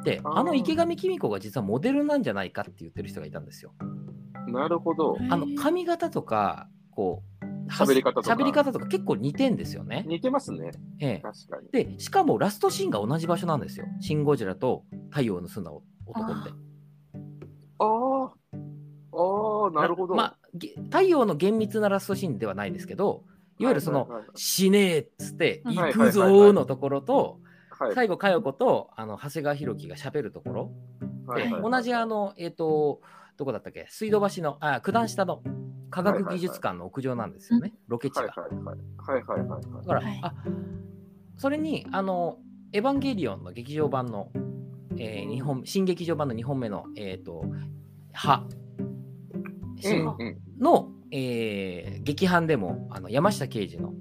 A: って
C: あー
A: あの池上公子が実はモデルなんじゃないかって言ってる人がいたんですよ。
C: なるほど。
A: あの髪型とかこう
C: 喋り方とか
A: 喋り方とか結構似てんですよね。
C: 似てますね。
A: ええ
C: 確かに。
A: でしかもラストシーンが同じ場所なんですよ。シン・ゴジラと太陽を盗んだ男って。
C: ああ。ああ、なるほど。
A: まあ、げ太陽の厳密なラストシーンではないですけどいわゆるその、
C: はいはいはい
A: 死ねえっつって、
B: うん
A: 行くぞーのところと、
C: はい
A: 最後、佳代子とあの長谷川博己が喋るところ、
C: はいは
A: で
C: い
A: 同じあの、えっ、と、どこだったっけ、水道橋の、あ、九段下の科学技術館の屋上なんですよね、ロケ地が。
C: はいはいはい。はいはいはいは
A: だ
C: い。
A: から、
B: はい
A: あそれに、あの、エヴァンゲリオンの劇場版の、えー日本新劇場版の2本目の、えっ、と、歯
C: うん
A: 新
C: うん
A: の、えー劇伴でもあの山下刑事の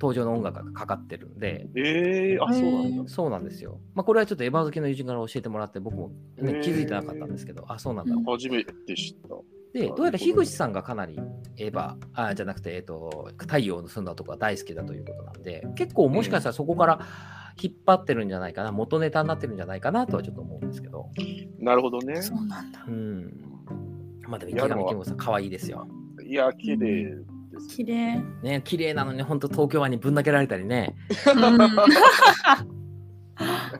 A: 登場の音楽がかかってるんで、
C: ええあ、そうなんだ。
A: そうなんですよ。まあ、これはちょっとエヴァ好きの友人から教えてもらって、僕も、ね
C: へー
A: 気づいてなかったんですけど、あ、そうなんだ。
B: うん
C: 初めて知った。
A: で、どうやら樋口さんがかなりエヴァ、あじゃなくて、えっ、と、太陽を盗んだとか大好きだということなんで、結構もしかしたらそこから引っ張ってるんじゃないかな、元ネタになってるんじゃないかなとはちょっと思うんですけど、
C: なるほどね。
B: そうなんだ
A: う。ん。まあでも
C: い
A: 池
C: や
A: 上健吾さん、可愛いですよ。
C: いや、綺麗です。
B: 綺麗。
A: ね、綺麗なのに、本当東京湾にぶん投げられたりね。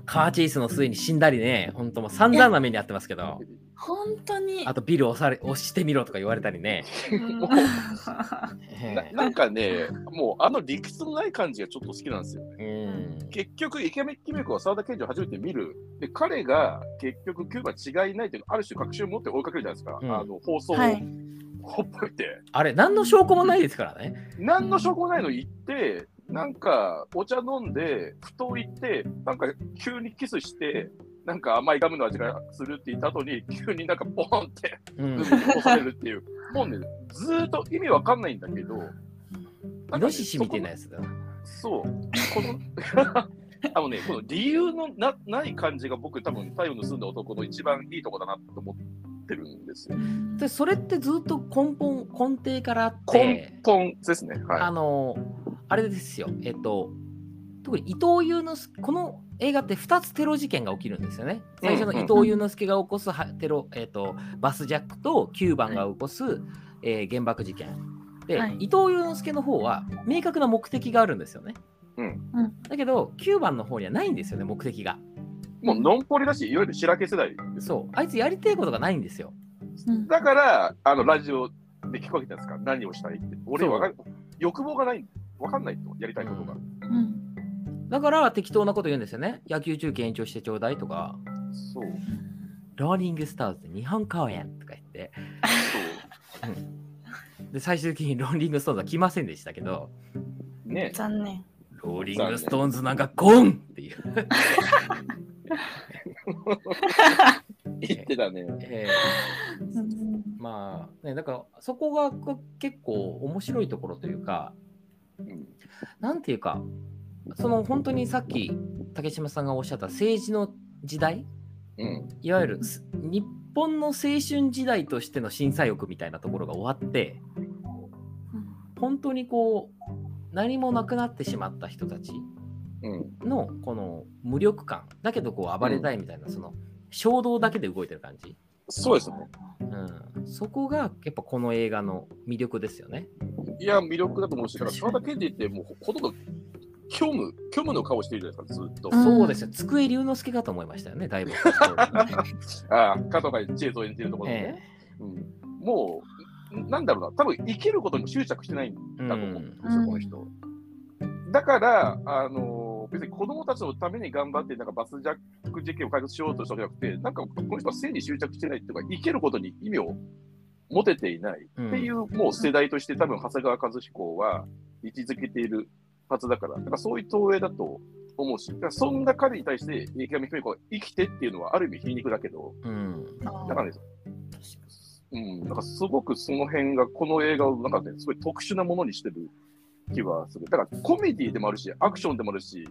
A: カーチェイスの末に死んだりね、ほんともう散々な目にあってますけど、
B: 本当に
A: あ。とビル押され押してみろとか言われたりね。
B: うん
C: もななんかね、もうあの理屈のない感じがちょっと好きなんですよね。
A: うん、
C: 結局、池上キメ子は沢田研二を初めて見る。で、彼が結局、キューバ違いないというか、ある種、確信を持って追いかけるじゃないですか。
A: うん
C: あの放送を
B: はい。
C: ほっぽいて。
A: あれ、何の証拠もないですからね。
C: 何の証拠もないの言って、なんかお茶飲んで、ふと行って、なんか急にキスして、なんか甘いガムの味がするって言った後に、急になんかポンって
A: うん、
C: 押されるっていう、もうね、ずーっと意味わかんないんだけど、
A: イノシシみたいなやつだな。
C: そう。この あのね、この理由のなない感じが僕多分太陽盗んだ男の一番いいとこだなと思ってるんですよ。
A: でそれってずっと根本根底からあって
C: 根本ですね。
A: あ
C: は
A: のあれですよえっと特に伊藤悠之介この映画って2つテロ事件が起きるんですよね最初の伊藤悠之介が起こすはテロ、えっと、バスジャックと9番が起こす、えー原爆事件で、
B: はい
A: 伊藤悠之介の方は明確な目的があるんですよね、
C: うん
B: うん
A: だけど9番の方にはないんですよね目的が
C: い。もうノンポリだし、いわゆる白け世代です。
A: そうあいつやりてえことがないんですよ
B: うん
C: だから、あのラジオで聞くわけじゃないですか。何をしたいって。俺
A: そう
C: わかる欲望がない。わかんないと、やりたいことが。
B: うん
A: だから適当なこと言うんですよね野球中継延長してちょうだいとか
C: そう。
A: ローリングスターズで日本公演とか言って
C: そ
A: で最終的にローリングストーンズは来ませんでしたけど
C: う。ね。
B: 残念。
A: ローリングストーンズなんかゴンっていう、
C: 言ってたね。
A: え
B: うん
A: ーまあねだからそこが結構面白いところというか
C: うん
A: なんていうかその本当にさっき竹島さんがおっしゃった政治の時代
C: うん。
A: いわゆるす日本の青春時代としての審査欲みたいなところが終わって本当にこう何もなくなってしまった人たち
C: うん。
A: のこの無力感だけどこう暴れたいみたいな、その衝動だけで動いてる感じ、
C: そうですね。
A: うん、そこがやっぱこの映画の魅力ですよね。
C: いや、魅力だと思うし、だから、沢田健二ってもうほほとんど虚無、虚無の顔してるじゃないですか、ずっと。
B: うん
A: そうですよ机龍之介かと思いましたよねだいぶ。
C: ああ、片貝知恵と演じてるところで、
A: え
C: ねうんもう、んなんだろうな、多分生きることにも執着してないん
A: えう
C: だと思うん
A: ん
C: ですよ、この人。だから、あのー別に子供たちのために頑張って、なんかバスジャック事件を解決しようとしたわけじゃなくて、なんかこの人は性に執着してないっていうか、生きることに意味を持てていない。
A: うん
C: っていうもう世代として多分長谷川和彦は位置づけているはずだから、だからそういう投影だと思うし、だからそんな彼に対して池上彦彦が生きてっていうのはある意味皮肉だけど、
A: うん
C: だからね、うん、なんかすごくその辺がこの映画をなんかね、すごい特殊なものにしてる気はする。だからコメディでもあるし、アクションでもあるし、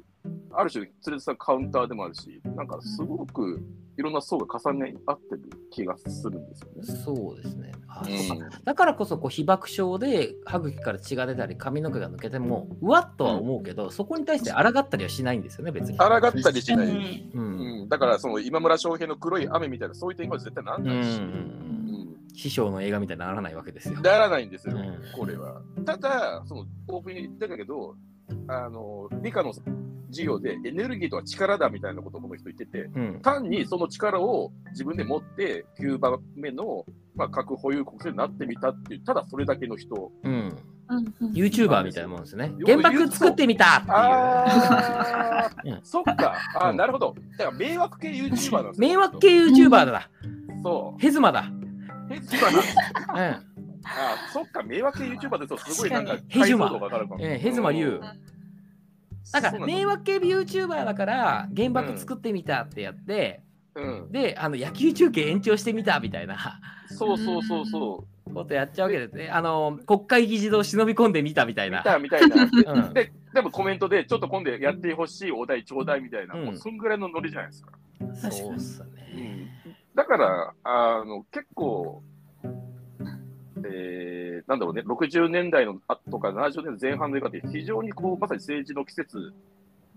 C: ある種連れてたカウンターでもあるし、なんかすごくいろんな層が重ね合ってる気がするんですよね。
A: そうですねあ、そうか
C: う
A: だからこそこう被爆症で歯茎から血が出たり髪の毛が抜けてもうわっとは思うけど、そこに対して抗ったりはしないんですよね別に。
C: ん、抗ったりしない。
A: うんうん
C: うん、だからその今村翔平の黒い雨みたいなそういう展開は絶対なん
A: うんう
C: ないし、うん
A: ん師匠の映画みたいにならないわけですよ。
C: ならないんですよ、
A: うん
C: これは。ただ、そのオープニングに言ってたけど、あの理科の授業でエネルギーとは力だみたいなことをこの人言ってて、
A: うん
C: 単にその力を自分で持って9番目の、まあ、核保有国勢になってみたっていう、ただそれだけの人。
A: うん
B: うんうん
A: YouTuber みたいなもんですね。原爆作ってみたって
C: あ
A: う
C: ー
A: ん
C: そっか、あー
A: うん
C: なるほど。だから迷惑系 YouTuber なんで
A: いう。
C: すよ。
A: 迷惑系 YouTuber だ。
C: そ
A: ヘズマだ。
C: う。ヘッジマンなんですよ
A: う
C: あそっか、迷惑系 YouTuber ですと、すごいなんか、
A: 確かにヘジュマ
C: 解像度が上がるかも
A: ええヘジュマ龍
C: うん
A: ん。な
C: そ
A: んか
C: うなんだ
A: 迷惑系 YouTuber だから原爆作ってみたってやって、
C: うん、
A: であの野球中継延長してみたみたいな
C: そうそうそうそ
A: ことやっちゃうわけですね。あの国会議事堂忍び込んでみたみた
C: う、
A: い
C: 見
A: な。
C: たみたいな。で
A: うん
C: で、でもコメントで、ちょっと今度やってほしいお題ちょうだいみたいな、
A: うん
C: もうそんぐらいのノリじゃないですか。
A: そうっすね。
C: だから、あの、結構、えー、なんだろうね、60年代のあとか70年代前半の映画って、非常にこう、まさに政治の季節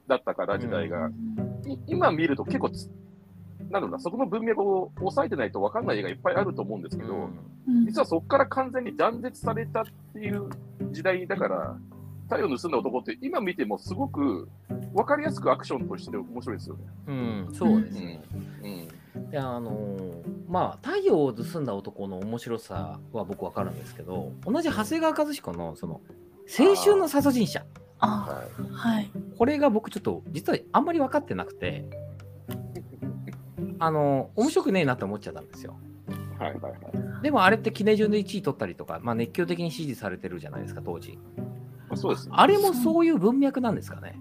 C: だったから、時代が。い今見ると結構つ、なんだろうな、そこの文脈を押さえてないと分かんない映画いっぱいあると思うんですけど、
B: うん
C: 実はそこから完全に断絶されたっていう時代だから、太陽盗んだ男って今見てもすごく分かりやすくアクションとして面白いですよね。
A: うん、うんそうですね。
C: うん。
A: であのーまあ「太陽を盗んだ男」の面白さは僕わかるんですけど同じ長谷川和彦のその青春の殺人者
B: あ
C: は
B: はい。
A: これが僕ちょっと実はあんまり分かってなく てあのー面白くねえなって思っちゃったんですよ
C: い。はいはいはい。
A: でもあれって記念順で1位取ったりとか、まあ、熱狂的に支持されてるじゃないですか当時
C: まあ、そうですね。
A: あれもそういう文脈なんですかね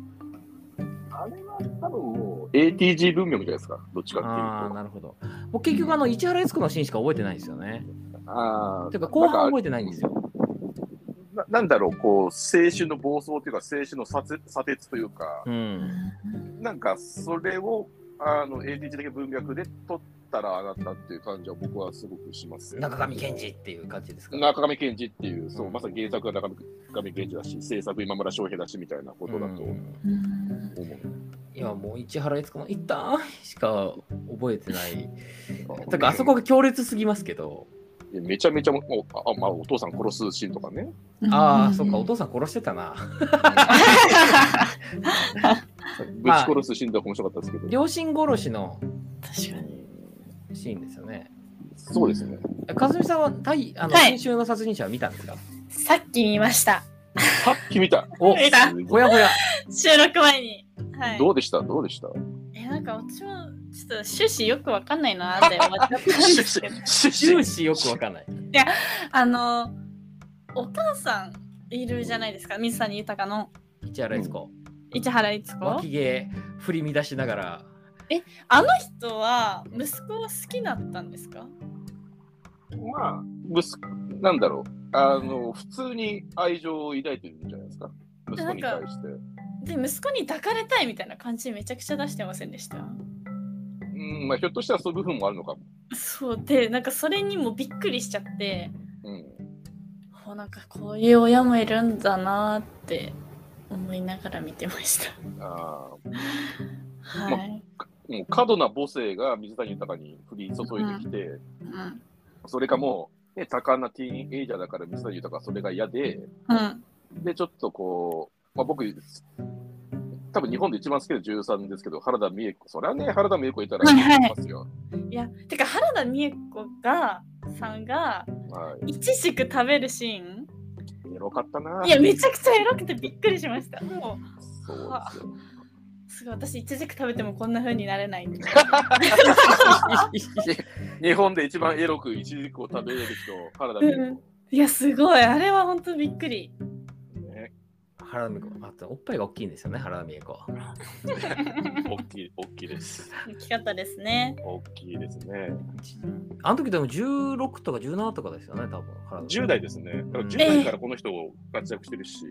C: あれは多分もう ATG 文明じゃないですか。どっちかって
A: ああー
C: いう
A: なるほど僕結局あの市原悦子のシーンしか覚えてないんですよね
C: と。ああ
A: ていうか後半覚えてないんですよ
C: なんかななんだろう、こう、青春の暴走というか、青春の砂鉄砂鉄というか、
A: うん。
C: なんか、それを、あの、ADG 的文脈で取ったらあなたっていう感じは僕はすごくしますよ。
A: 中上健二っていう感じですか
C: 中上健二っていう、そう、まさに原作は中上健二だし、制作今村翔平だしみたいなことだと
A: う
C: 思う。
A: ん今もう市原悦子の「いったーん」しか覚えてない。 だからあそこが強烈すぎますけど。
C: いやめちゃめちゃももうあ、まあ、お父さん殺すシーンとかね。
A: ああ、そっか、お父さん殺してたな。
C: ぶち殺すシーンとか面白かったですけど。
A: 両親殺しの
B: 確かに。
A: シーンですよね。
C: そうですね。
A: えかすみさんは、対あの、
B: はい
A: 先週の殺人者は見たんですか
B: さっき見ました。
C: さっき見た。
A: お
B: 見た
A: ほやほや。
B: 収録前に。はい。
C: どうでしたどうでした。
B: え、なんか私もちょっと終始よくわかんないなって思っちゃったんですけど
A: 終始よくわかんない。
B: あの、お母さんいるじゃないですか、水谷豊の
A: 市原悦子。
B: 市原悦子
A: 脇。毛振り乱しながら。
B: あの人は息子を好きだったんですか
C: まあ、息子なんだろう。あの、普通に愛情を抱いてるんじゃないですか。息子に対して。
B: で、息子に抱かれたいみたいな感じめちゃくちゃ出してませんでした
C: うん、まあ、ひょっとしたらそういう部分もあるのかも。
B: そうで、なんかそれにもびっくりしちゃって、
C: うん。
B: ほなんかこういう親もいるんだなって思いながら見てました。
C: あー
B: はい。
C: もう過度な母性が水谷豊に降り注いできて、
B: うん。
C: それがもう、ね、多感なティーンエイジャーだから水谷豊はそれが嫌で、
B: うん。
C: で、ちょっとこう、まあ、僕、多分日本で一番好きな13ですけど、原田美恵子、それはね、原田美恵子いたら
B: はいはい
C: いますよ。
B: いや、てか原田美恵子が、さんが、
C: はい
B: ちしく食べるシーン
C: い。エロかったない
B: や、めちゃくちゃエロくてびっくりしました。も
C: そうですよ。
B: う、すごい、私、いちじく食べてもこんな風になれない。
C: 日本で一番エロくイチジクを食べれる人、原田美恵子。
B: いや、すごい、あれは本当びっくり。
C: ね、
A: 原田美子。あと、おっぱいが大きいんですよね、原田美子。
C: 大きい、大きいです。
B: 大きかったですね。
C: 大きいですね。
A: あの時でも16とか17とかですよね、多分。原田美子
C: 10代ですね。だから10
B: ええ
C: 代からこの人活躍してるし、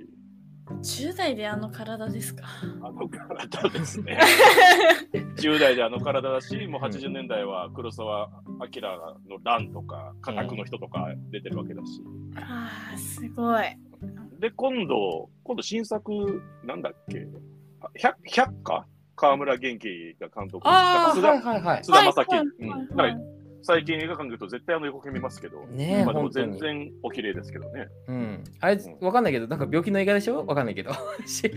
B: 10代であの体ですか。
C: あの体で すね。10代であの体だし、もう80年代は黒澤明のランとか、家宅の人とか出てるわけだし。
B: ああ、すごい。
C: で、今度、今度新作、なんだっけ、あ百百か河村元気が監督
A: ああ、
C: 須
A: はい
C: 田
A: はいはい。
C: 須田将暉
B: はい
C: うん。だから最近映画館行くと絶対あの横見ますけど、
A: ねえ
C: まあでも
A: 本当に
C: 全然お綺麗ですけどね。
A: うん。あれ、わかんないけど、なんか病気の映画でしょわかんないけど。 し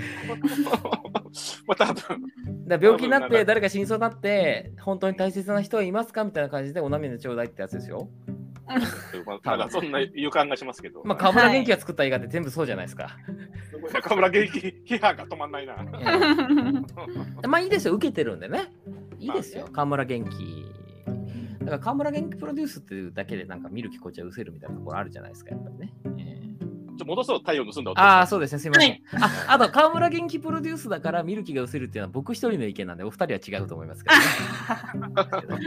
C: まあ多分、
A: だから病気にな
C: 多
A: っ
C: 分なん
A: て
C: か
A: 誰か真相になって本当に大切な人はいますかみたいな感じでお涙ちょうだいってやつですよ。
C: まあ、なんかそんな予感がしますけど、
A: まあ
C: は
A: 河
C: い
A: 村元気が作った映画って全部そうじゃないですか。
C: 河村元気批判が止まんないな。
A: うんまあいいですよ受けてるんでね。いいですよ
C: まあ
A: 河村元気。だから河村元気プロデュースっていうだけでなんか見る気こちは失せるみたいなところあるじゃないですかやっぱりね。ええ
C: ちょ戻そう、太陽盗んだ男。
A: ああそうですねすいません。
B: はい
A: ああと河村元気プロデュースだから見る気が失せるっていうのは僕一人の意見なんでお二人は違うと思いますけどね、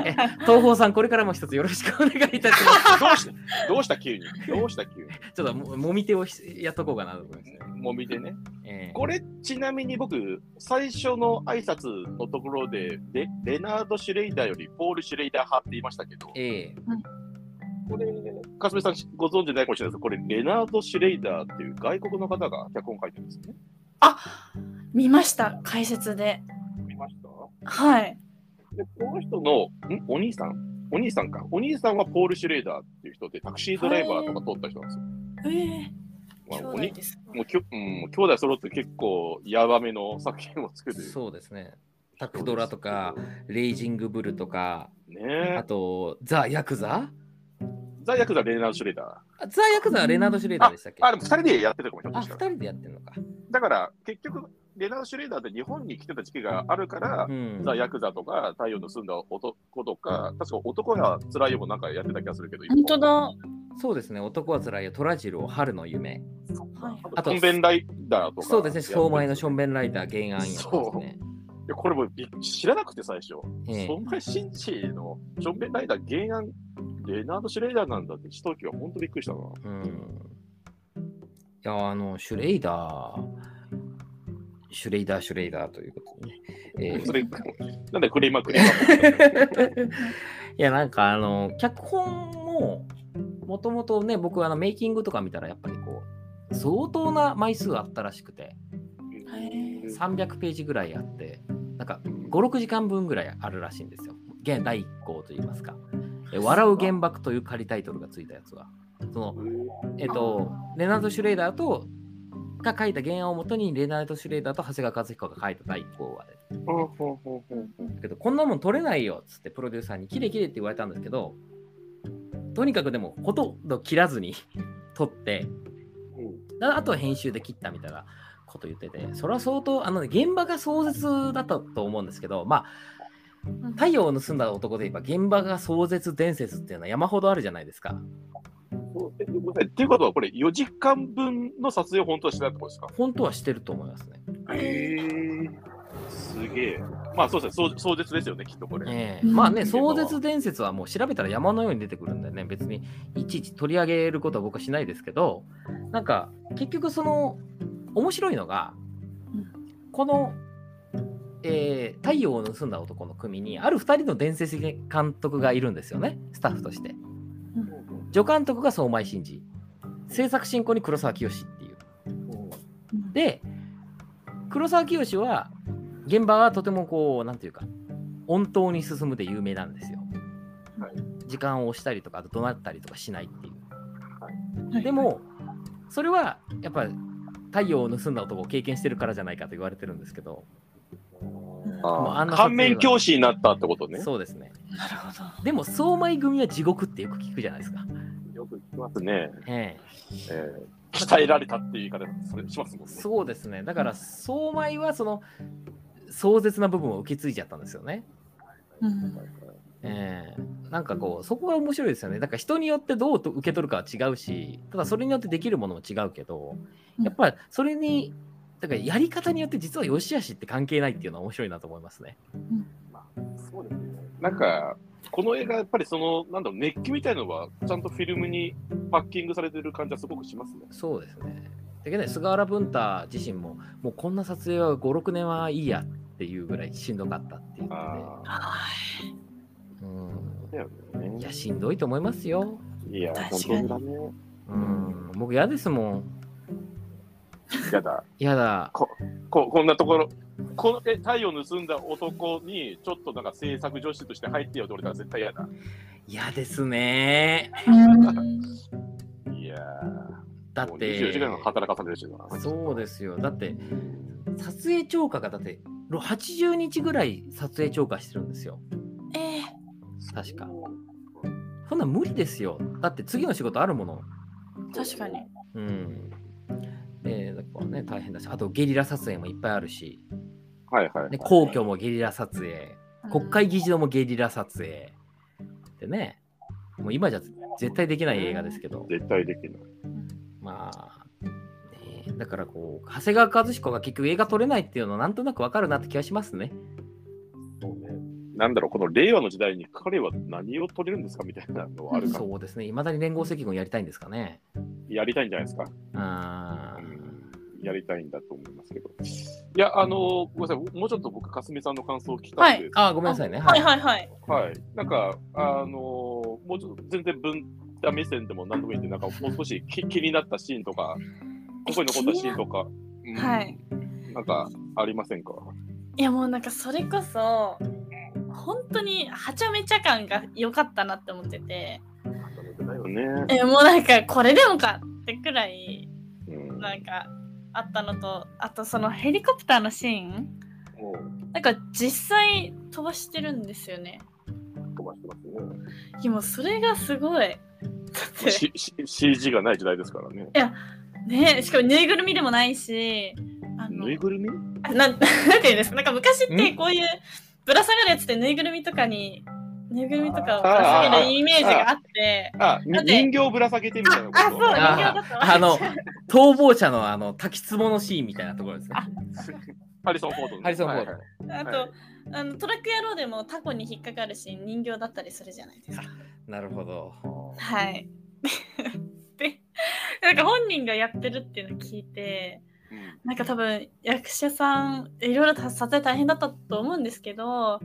A: え東宝さんこれからも一つよろしくお願いいたします。
C: どうしたどうした急にどうした急に
A: ちょっとももみ手をしやっとこうかなと思いますね。
C: もみでね。
A: ええ
C: これちなみに僕最初の挨拶のところでレレナード・シュレイダーよりポール・シュレイダー派って言いましたけど
A: ええ
C: これかすみさんご存知ないかもしれないですけどこれレナード・シュレイダーっていう外国の方が脚本書いてるんですよね
B: あ見ました、解説で。
C: 見ました
B: はい。
C: でこの人のんお兄さんお兄さんかお兄さんはポール・シュレイダーっていう人でタクシードライバーとか通った人なんですよ、
B: ええ
C: ま
B: 兄
C: あおに
B: 弟です。
C: もうきょ、うん、もう兄弟揃って結構やばめの作品を作る
A: そうですね。タクドラとか、レイジングブルとか、
C: ね
A: あと、ザ・ヤクザ
C: ザ・ヤクザレナード・シュレイダー
A: あザ・ヤクザはレナード・シュレーダーでしたっけ
C: あでも2人でやってたかもしれ
A: あ、
C: ない
A: 二人でやってんのか。
C: だから結局、レナード・シュレーダーって日本に来てた時期があるから
A: う、ん。
C: ザ・ヤクザとか、太陽の住んだ男とか、確か男が辛いよもなんかやってた気がするけど、
B: 本当だ。
A: そうですね。男はつらいよ、トラジルを春の夢。
B: はい。
C: あと、ションベンライダーとか。
A: そうですね。相米のション
C: ベ
A: ベンライダー原案やですね。
C: ン。これもび知らなくて最初、
A: ええ
C: そんなシンジのションベンライダー原案、レナード・シュレーダーなんだって、知った時は本当びっくりしたな。
A: うん。や、あの、シュレイダー、シュレイダー、シュレイダーということでね。えー
C: それ、なんでクレーマークレ ーマー
A: いや、なんかあの、脚本も、もともとね、僕、あの、メイキングとか見たら、やっぱりこう、相当な枚数あったらしくて、
B: へ
A: 300ページぐらいあって、なんか、5、6時間分ぐらいあるらしいんですよ。現第1項といいますか。え笑う原爆という仮タイトルがついたやつは。その、えっと、レナード・シュレーダーとが書いた原案をもとに、レナード・シュレーダーと長谷川和彦が書いた第1項はね
C: ほうほうほうほう
A: だけど、こんなもん取れないよっつってプロデューサーに、キレキレって言われたんですけど、とにかくでも、ほとんど切らずに取って、だあとは編集で切ったみたいなこと言ってて、それは相当、あのね、現場が壮絶だったと思うんですけど、まあ、太陽を盗んだ男で言えば、現場が壮絶伝説っていうのは山ほどあるじゃないですか。
C: ほうえごめんなさいっていうことは、これ、4時間分の撮影を本当はしてたってことですか
A: 本当はしてると思いますね。
C: えすげえ。まあ、そうですね、壮壮絶ですよね、きっとこれ。
A: ええ
B: うん
A: まあね、壮絶伝説はもう調べたら山のように出てくるんでね、別にいちいち取り上げることは僕はしないですけど、なんか結局その面白いのが
B: うん、
A: この、えー太陽を盗んだ男の組にある2人の伝説的監督がいるんですよね、スタッフとして。助監督が相米真司、制作進行に黒沢清っていう。で黒沢清は現場はとてもこうなんていうか温当に進むで有名なんですよ、
C: はい
A: 時間を押したりとかあと怒鳴ったりとかしないっていう、
B: はい
A: でもそれはやっぱ太陽を盗んだ男を経験してるからじゃないかと言われてるんですけど、もうあんな撮影は
C: 反面教師になったってことね。
A: そうですね
B: なるほど。
A: でも相米組は地獄ってよく聞くじゃないですか、
C: よく聞きますね。
A: ええ、
C: えー鍛えられたっていう言い方それしますもんね。
A: そうですねだから相米はその壮絶な部分を受け継いじゃったんですよね
B: うん
A: ええなんかこうそこが面白いですよねだから人によってどうと受け取るかは違うしただそれによってできるものも違うけど
B: うん
A: やっぱりそれにだからやり方によって実は良し悪しって関係ないっていうのは面白いなと思いますね
C: そうですね。なんか、この映画、やっぱりその、なんだろう、熱気みたいのは、ちゃんとフィルムにパッキングされてる感じはすごくしますね。
A: そうですねだけどね菅原文太自身ももうこんな撮影は56年はいいやっていうぐらいしんどかったって言って
C: ああ、
B: はい
A: て、う
C: だよ
A: ん、い
C: ね
A: や。しんどいと思いますよ
C: いや、
B: 確
C: 本当
B: かに
C: にだね。
A: うん僕嫌ですもん
C: やだ。
A: 嫌だ
C: ここんなところ、このえ太陽を盗んだ男に、ちょっとなんか制作女子として入ってよって俺たら絶対嫌だ。
A: 嫌ですね
C: いや
A: だ
C: ー、
A: っ
C: もう
A: て
C: 24時間働かされるしな。
A: そうですよ。だって、撮影超過がだって、ろ80日ぐらい撮影超過してるんですよ。
B: ええ
A: 確か。そんなん無理ですよ。だって次の仕事あるもの。
B: 確かに。
A: うん。えだからね、大変だし、あとゲリラ撮影もいっぱいあるし、
C: はいはい。
A: ね、皇居もゲリラ撮影、国会議事堂もゲリラ撮影。でね、もう今じゃ絶対できない映画ですけど、
C: 絶対できない。
A: まあ、ねだからこう、長谷川和彦が結局映画撮れないっていうのはなんとなくわかるなって気がしますね。
C: そうね。なんだろう、この令和の時代に彼は何を取れるんですかみたいなのはあるか
A: そうですね、いまだに連合赤軍やりたいんですかね。
C: やりたいんじゃないですか。
A: あー
C: やりたいんだと思いますけど。いや、あのごめんなさい、もうちょっと僕、かすみさんの感想を聞きたいんです、
A: あー、ごめんなさいね。
B: はい
A: い、
B: はいはい。
C: はい、なんか、あのもうちょっと全然分断目線でも何でもいいんで、なんかもう少しき気になったシーンとか、ここに残ったシーンとか、うん
B: はい。
C: なんかありませんか
B: いやもうなんかそれこそ本当にはちゃめちゃ感が良かったなって思ってて、
C: だよね。
B: えもうなんかこれでもかってくらい
C: うん
B: なんかあったのと、あとそのヘリコプターのシーン、
C: も
B: なんか実際飛ばしてるんですよね。
C: う飛ばしてますね
B: いやもうそれがすごい。だって
C: しし CG がない時代ですからね。
B: ねしかもぬいぐるみでもないし、あの
C: ぬいぐるみ
B: あなん なんていうんですかなんか昔ってこういうぶら下がるやつってぬいぐるみとかにぬいぐるみとかをぶら下げるイメージがあって
C: あ、み
B: だって
C: 人形ぶら下げてみたいな
B: ああそう
C: こ
B: 人
C: と。
B: 形
A: あ
B: だ
A: ー
B: った
A: あの、逃亡者のあの滝つぼのシーンみたいなところですね。
C: ハリソン・フォードの
A: ハリソンフォード
C: はいはい
B: あとあのトラック野郎でもタコに引っかかるし人形だったりするじゃないですか
A: なるほど。
B: はい でななんか本人がやってるっていうのを聞いて、なんか多分役者さんいろいろ撮影大変だったと思うんですけど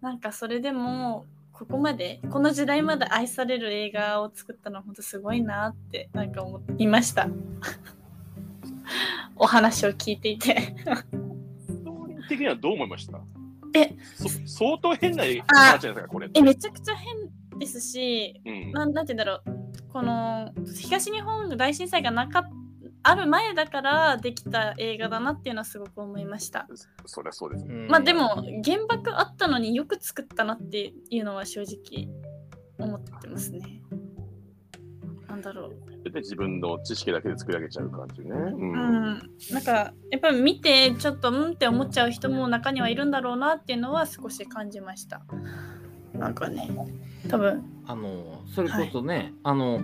B: なんかそれでもここまでこの時代まで愛される映画を作ったのは本当すごいなってなんか思いました お話を聞いていて
C: ストーリー的にはどう思いました
B: え
C: そ相当変な話じゃないですか、これ。
B: えめちゃくちゃ変ですし
C: うん
B: なんなんて言うんだろうこの東日本大震災がなかっある前だからできた映画だなっていうのはすごく思いました
C: そりゃそうですね。
B: まあでも原爆あったのによく作ったなっていうのは正直思ってますね。なんだろう。
C: で自分の知識だけで作り上げちゃう感じね。う
B: うんん。なんかやっぱり見てちょっとうんって思っちゃう人も中にはいるんだろうなっていうのは少し感じました。なんかね、多分。
A: あのそれこそね、あの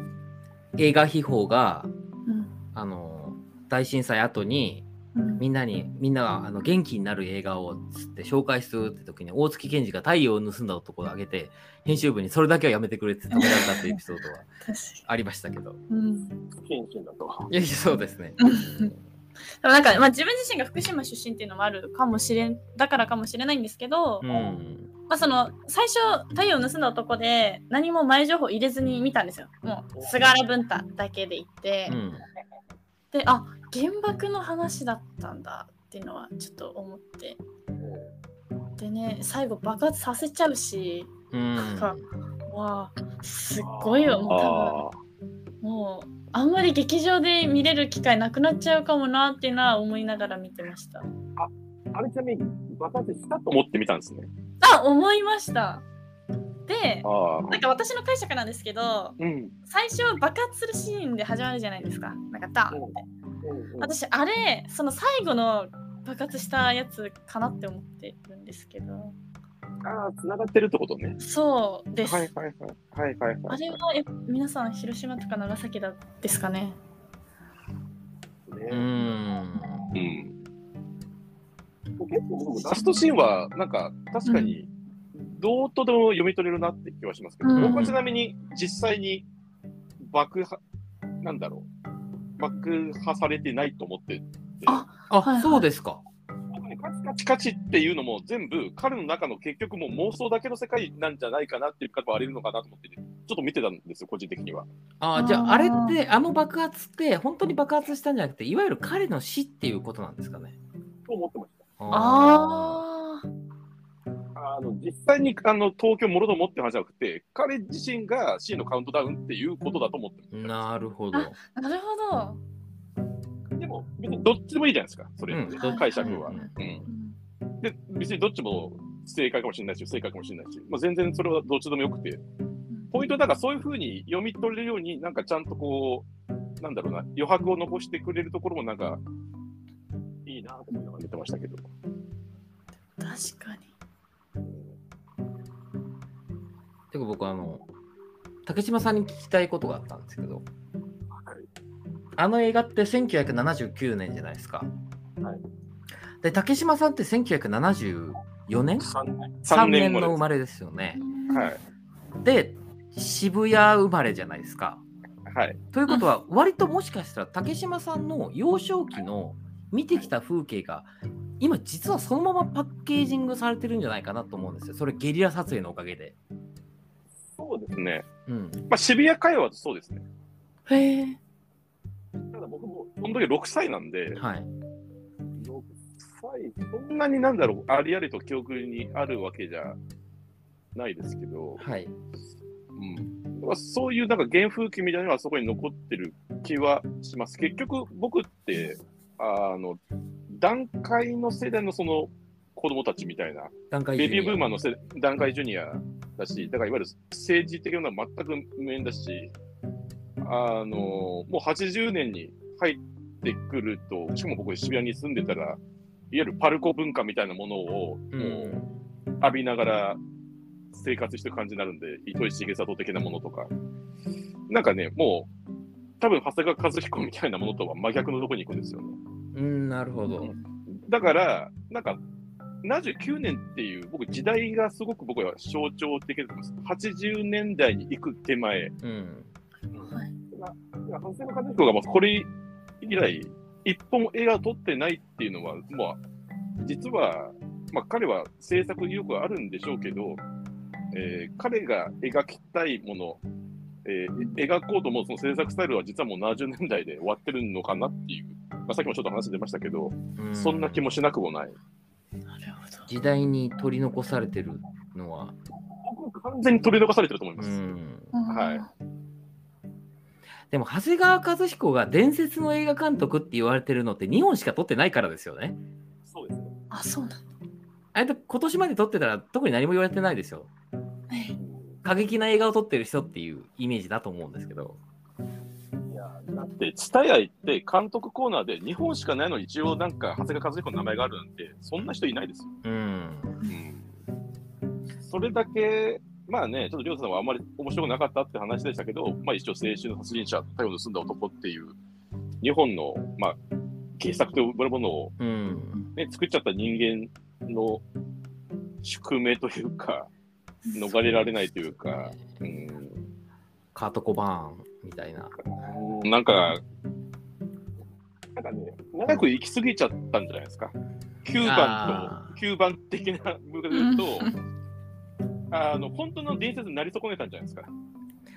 A: 映画秘宝が
B: うん
A: あの大震災後に
B: うん
A: みんなにみんながあの元気になる映画をつって紹介するって時に大月健二が太陽を盗んだ男を挙げて編集部にそれだけはやめてくれって止められたっていうエピソードは
B: 確かに
A: ありましたけ ど
B: うん
C: 謙信だと。
A: いやいやそうですね
B: うんでもなんか、まあ、自分自身が福島出身っていうのもあるかもしれんだからかもしれないんですけど、
A: うん
B: まあ、その最初太陽を盗んだ男で何も前情報入れずに見たんですよもう菅原文太だけで行って、
A: うん
B: であ原爆の話だったんだっていうのはちょっと思ってでね最後爆発させちゃうし
A: うん
B: わあすっごいよもう多分もうあんまり劇場で見れる機会なくなっちゃうかもなっていうのは思いながら見てました
C: あれちなみに爆発したと思ってみたんですね。
B: あ思いましたで
C: ああ。
B: なんか私の解釈なんですけど
C: うん。
B: 最初爆発するシーンで始まるじゃないですか。なんかダーンって。私あれその最後の爆発したやつかなって思ってるんですけど。
C: ああ、繋がってるってことね。
B: そうです。
C: はいはいはい。はいはいは
B: あ
C: い。
B: れはえ皆さん広島とか長崎だですかね。
A: う
C: ね
A: ん
C: うん。結構僕もラストシーンは、なんか確かに、どうとでも読み取れるなって気はしますけど、
B: うん
C: 僕はちなみに実際に爆破、なんだろう、爆破されてないと思ってて、
B: あ
A: あ、
B: はいはい
A: そうですか
C: カチカチカチっていうのも全部彼の中の結局もう妄想だけの世界なんじゃないかなっていう方もありるのかなと思ってて、ちょっと見てたんですよ、個人的には。
A: あーじゃああれってあの爆発って本当に爆発したんじゃなくていわゆる彼の死っていうことなんですかね
C: と思ってまし
B: ああ。
C: た。あの実際にあの東京もろともって話じゃなくて、彼自身が C のカウントダウンっていうことだと思ってました
A: なるほど
B: あなるほど。
C: でも、別にどっちでもいいじゃないですか、それ、
A: うん
C: 解釈は、
A: うん
C: う
B: う
C: ん
B: ん
C: で。別にどっちも正解かもしれないし、不正解かもしれないし、まあ、全然それはどっちでもよくて、ポイントはだからそういうふうに読み取れるように、なんかちゃんとこう、なんだろうな、余白を残してくれるところも、なんか、いいなと思いながら見てましたけど。
B: 確かに。
A: てか僕あの竹島さんに聞きたいことがあったんですけどあの映画って1979年じゃないですか、
C: はい
A: で竹島さんって1974年
C: 3年
A: 3
C: ,3
A: 年
C: 年
A: の
C: も
A: 生まれですよね
C: はい。
A: で渋谷生まれじゃないですか
C: はい。
A: ということは割ともしかしたら竹島さんの幼少期の見てきた風景が今実はそのままパッケージングされてるんじゃないかなと思うんですよそれゲリラ撮影のおかげで、
C: そうですね。
A: うん、
C: まあ、渋谷会話とそうですね。
B: へえ。
C: ただ僕も、その時6歳なんで、
A: はい
C: 6歳、そんなになんだろう、ありありと記憶にあるわけじゃないですけど、
A: はい
C: うん、だからそういうなんか原風景みたいなのはそこに残ってる気はします。結局、僕って、あの、段階の世代のその子供たちみたいな、
A: 段階
C: ベビーブーマ
A: ー
C: ーの世段階ジュニアだし、だからいわゆる政治的なのは全く無縁だし、あの、もう80年に入ってくると、しかも僕渋谷に住んでたら、いわゆるパルコ文化みたいなものを、もう浴びながら生活してる感じになるんで、糸井重里的なものとか。なんかね、もう、多分長谷川和彦みたいなものとは真逆のとこに行くんですよね。
A: うん、なるほど。
C: だから、なんか、79年っていう、僕、時代がすごく僕は象徴的だと思います。80年代に行く手前、
A: うん。
C: 長谷川和彦がもうこれ以来、一本映画を撮ってないっていうのは、もう、実は、まあ、彼は制作意欲はあるんでしょうけど、えー彼が描きたいもの、えー描こうと思うその制作スタイルは実はもう70年代で終わってるのかなっていう、まあ、さっきもちょっと話出ましたけど、
A: うん
C: そんな気もしなくもな
B: な
C: い。
B: るほど。
A: 時代に取り残されてるのは、
C: 僕、完全に取り残されてると思いま
A: う
C: す。
A: ん、
C: はい
A: でも長谷川和彦が伝説の映画監督って言われてるのって2本しか撮ってないからですよね。
C: そうですね。
B: あ、そうなんだ。
A: あれと今年まで撮ってたら特に何も言われてないですよ。
B: はい
A: 過激な映画を撮ってる人っていうイメージだと思うんですけど。
C: いやだって、蔦屋行って、監督コーナーで2本しかないのに、一応なんか、長谷川和彦の名前があるなんて、そんな人いないですよ。
A: うん。
C: それだけ、まあね、ちょっとりょうさんはあんまり面白くなかったって話でしたけど、まあ一応、青春の殺人者、太陽を盗んだ男っていう、日本の、まあ、傑作と呼ばれるものを、
A: うん。
C: ね、作っちゃった人間の宿命というか、逃れられないというか、うん、
A: カート・コバーンみたいな。
C: なんか、なんかね、長く行き過ぎちゃったんじゃないですか。9番
A: あ
C: と、9番的な部分と、 あの、本当の伝説になり損ねたんじゃないですか。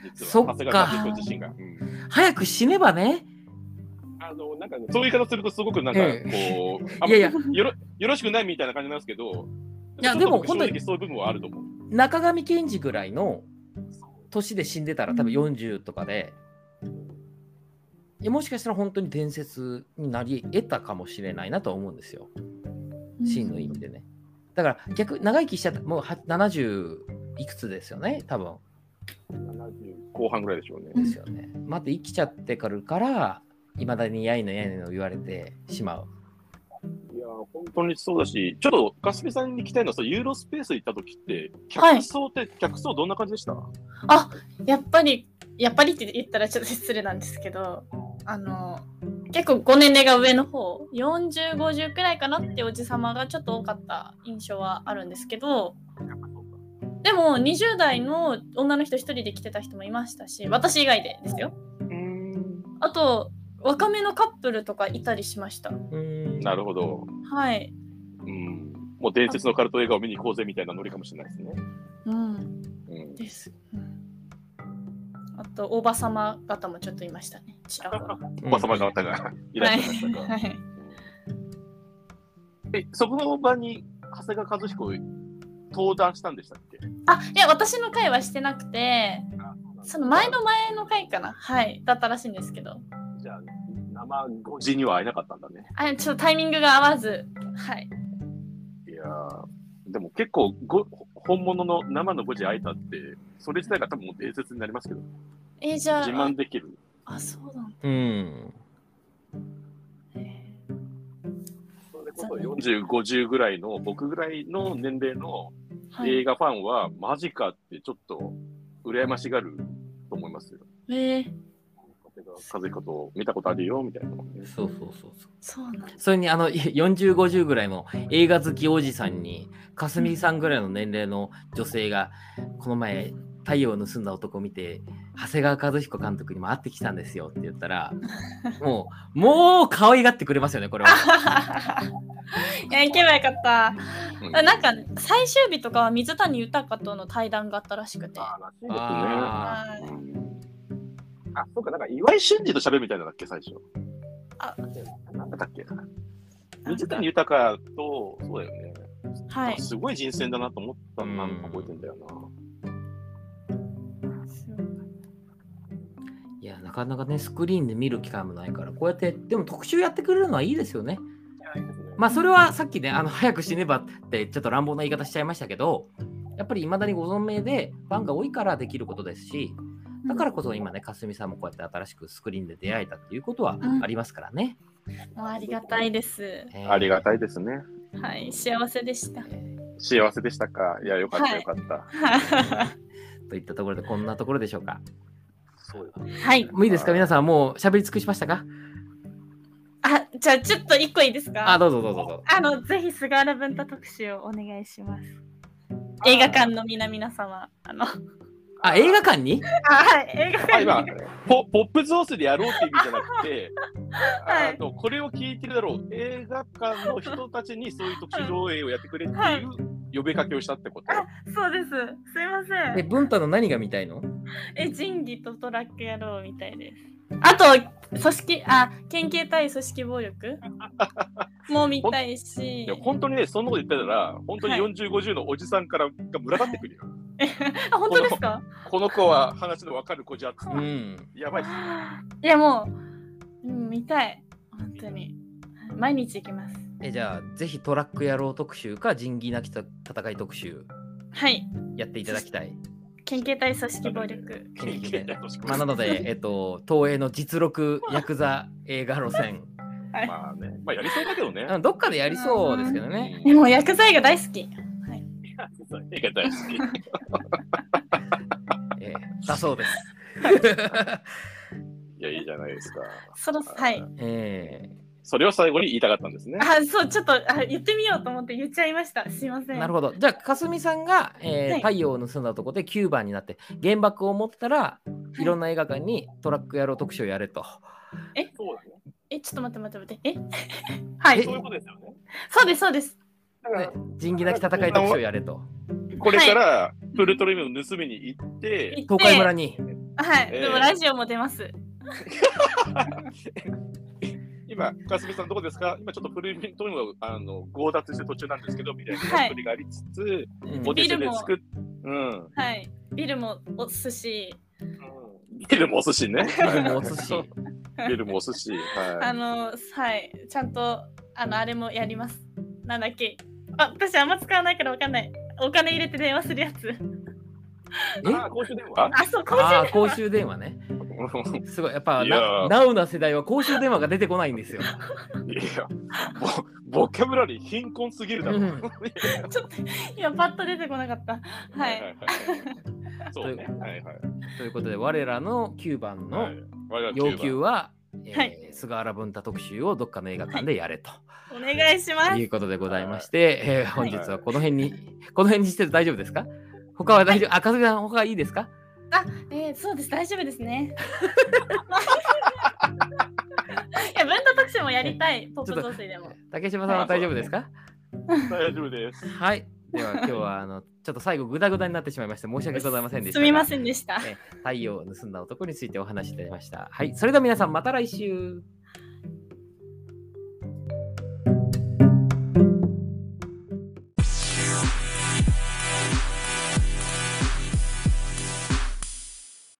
C: 実は
A: そっか
C: 長谷川和彦自身が、うん
A: 早く死ねばね。
C: あの、なんかね、そういう言い方するとすごくなんか、
A: え
C: こう、あん
A: いやいや、
C: よろ、よろしくないみたいな感じなんですけど、
A: いや
C: ちょっと
A: でも
C: 僕
A: 本当に
C: 正直そういう部分はあると思う。
A: 中上健二ぐらいの年で死んでたら多分40とかで、いやもしかしたら本当に伝説になり得たかもしれないなとは思うんですよ。真の意味でね。だから逆、長生きしちゃった、もうは70いくつですよね、多分。
C: 70後半ぐらいでしょうね。
B: うん
A: ですよね。また生きちゃってからるから、いまだにやいのやいの言われてしまう。
C: いやー本当にそうだし、ちょっとガスピさんに聞きたいのは、そのユーロスペース行った時って、
B: はい
C: 客層って、客層どんな感じでしたは
B: あやっぱりやっぱりって言ったらちょっと失礼なんですけどあの結構ご年齢が上の方4050くらいかなっておじさまがちょっと多かった印象はあるんですけどでも20代の女の人一人で来てた人もいましたし私以外でですよあと若めのカップルとかいたりしました
C: なるほど、
B: はい、
C: うん。もう伝説のカルト映画を見に行こうぜみたいなノリかもしれないですね。
B: うん、
C: うん、
B: です、うん、あとおばさま方もちょっといましたねちらほら
C: おばさま方がいらっしゃいましたが、
B: はい
C: えそこの場に長谷川和彦登壇したんでしたっけ
B: あいや私の回はしてなくてその前の前の回かなはいだったらしいんですけど
C: じゃあ生5時には会えなかったんだね。
B: あちょっとタイミングが合わずはい
C: いやーでも結構ご本物の生の5時会えたってそれ自体が多分もう伝説になりますけど
B: えーじゃあ
C: 自慢できる。
B: あそうなんだ
A: うん。
B: ね
C: それこそ40、50ぐらいの、僕ぐらいの年齢の
B: はい
C: 映
B: え
C: 画ファンは、マジかってちょっと羨ましがると思いますよ。
B: ー、
C: 和彦と見たことあるよみたいな。
A: そうそうそうそう。
B: そうなんだ
A: それにあの40、50ぐらいの映画好きおじさんに、かすみさんぐらいの年齢の女性が、この前、太陽を盗んだ男を見て、長谷川和彦監督にも会ってきたんですよって言ったら、もう、もう可愛がってくれますよね、これは。
B: いや行けばよかった
C: うん
B: あなんか最終日とかは水谷豊との対談があったらしくて
C: あらしい
A: あ
B: はい
C: ですね。うんあ、そうか、なんか岩井俊二と喋るみたいなのだっけ、最初。
B: あ
C: なんだっけ。水谷豊と、そうだよね。
B: はい
C: すごい人選だなと思ったのなんか覚えてんだよ
A: いや、なかなかね、スクリーンで見る機会もないから、こうやって、でも特集やってくれるのはいいですよね。
C: な。
A: まあ、それはさっきね、あの早く死ねばって、ちょっと乱暴な言い方しちゃいましたけど、やっぱり未だにご存命で、ファンが多いからできることですし、だからこそ今ね、かすみさんもこうやって新しくスクリーンで出会えたっていうことは
B: うん
A: ありますからね。
B: もうありがたいです
A: えー
C: ありがたいですね。
B: はい幸せで した
A: えー
C: 幸せでしたか。いや、よかった、
B: はい
C: よかった。
A: といったところで、こんなところでしょうか。
C: そうよ
B: はい
A: もういいですか、皆さん、もう喋り尽くしましたか
B: あじゃあちょっと一個いいですか
A: あ、どうぞどうぞどうぞ。
B: あの、ぜひ菅原文太特集をお願いします。映画館の皆々様、あの、
A: あ、映画館に
B: あはい、映画
C: あ
B: 館 に。
C: 今ポ、ポップゾースでやろうっていう意味じゃなくて、
B: はい
C: あのこれを聞いてるだろう、映画館の人たちにそういう特殊上映をやってくれっていう呼びかけをしたってこと。
B: そうです。すいませ
A: え、
B: ん。
A: 文太の何が見たいの
B: え、仁義とトラック野郎みたいです。あと、組織、あ、県警対組織暴 力も見たいし
C: いや。本当にね、そんなこと言ってたら、本当に
B: はい
C: 40、50のおじさんからが群がってくるよ。
B: あ、本当ですか
C: この子は話の分かる子じゃっつっ
A: う
C: て、
A: ん。
C: やばいっす。
B: いや、もう、うん、見たい。本当に。毎日行きます。
A: え、じゃあ、ぜひトラック野郎特集か、仁義なき戦い特集、
B: はい。
A: やっていただきたい。
B: 県警対組織暴 力。
A: 研究
C: 経
A: で
C: 験だとしか
A: まあ、なので、えっと、東映の実録ヤクザ映画路線、
B: はい。
C: まあね、まあやりそうだけどね。
A: うんどっかでやりそうですけどね。
B: でも、薬剤が大好き。
C: 映画大好き。
A: ええだそうです。
C: いや、いいじゃないですか。
B: そろはい。
A: ええ
C: それを最後に言いたかったんですね。
B: あ、そう、ちょっとあ言ってみようと思って言っちゃいました。すいません。
A: なるほど。じゃあ、かすみさんが、えー
B: はい
A: 太陽を盗んだとこで9番になって、原爆を持ったら、いろんな映画館にトラック野郎特集をやれと。
C: そうだね。
B: え、ちょっと待って待って待って。え はい。
A: え
C: そういう
B: そ
C: ことですよね。
B: うです、そうです。
C: だから
A: ね、仁義なき戦い特集をやれと。
C: これからプルトリウムを盗みに行って、
A: 東海村
B: に。
A: に。
B: はい。
C: えー
B: でもラジオも出ます。
C: 今、かすみさんどこですか今ちょっとプルトリウムをあの強奪してる途中なんですけど、みたいな
B: はい
C: やりとりがありつつ、
A: うん
C: お手
B: ビ
C: 製
B: ル
C: で
B: も
C: 作っ、うん。
B: はい。ビルもお寿司。
C: ビルもお寿司ね。
A: ビルもお寿 司。
C: ビルもお寿司。
B: あ
C: は
B: の、はい。ちゃんと、あの、あれもやります。なんだっけ。あ、私あんま使わないからわかんない。お金入れて電話するやつ。
C: い。ああ、公衆電話
B: あ、そう、今
A: ああ、
B: 週
A: 公衆電話ね。すごい。やっぱ、
C: いや
A: な
C: ー
A: ナウな世代は公衆電話が出てこないんですよ。
C: いや、ボボキャブラリー貧困すぎるだろ。
A: うん
B: ちょっと、今パッと出てこなかった。はい。。
C: そうね。はいはい。
A: ということで、我らの9番の
C: はい我々
A: 要求
C: は
A: は、えー
B: はい
A: 菅原文太特集をどっかの映画館でやれと。
B: お願いします
A: い。うことでございまして、えー本
B: はい
A: 日はこの辺に、この辺にして大丈夫ですか他は大丈夫、あ、かずみさん、他はいいですか
B: えー、そうです、大丈夫ですね。 いや、文化特集もやりたい、ポップ増水でも。
A: 竹島さんは大丈夫ですか、
C: 大丈夫です。
A: はい。では今日は、あの、ちょっと最後グダグダになってしまいまして、申し訳ございませんでした
B: す
A: が。
B: みませんでした。
A: えー。太陽を盗んだ男についてお話しいただきました。はい。それでは皆さん、また来週。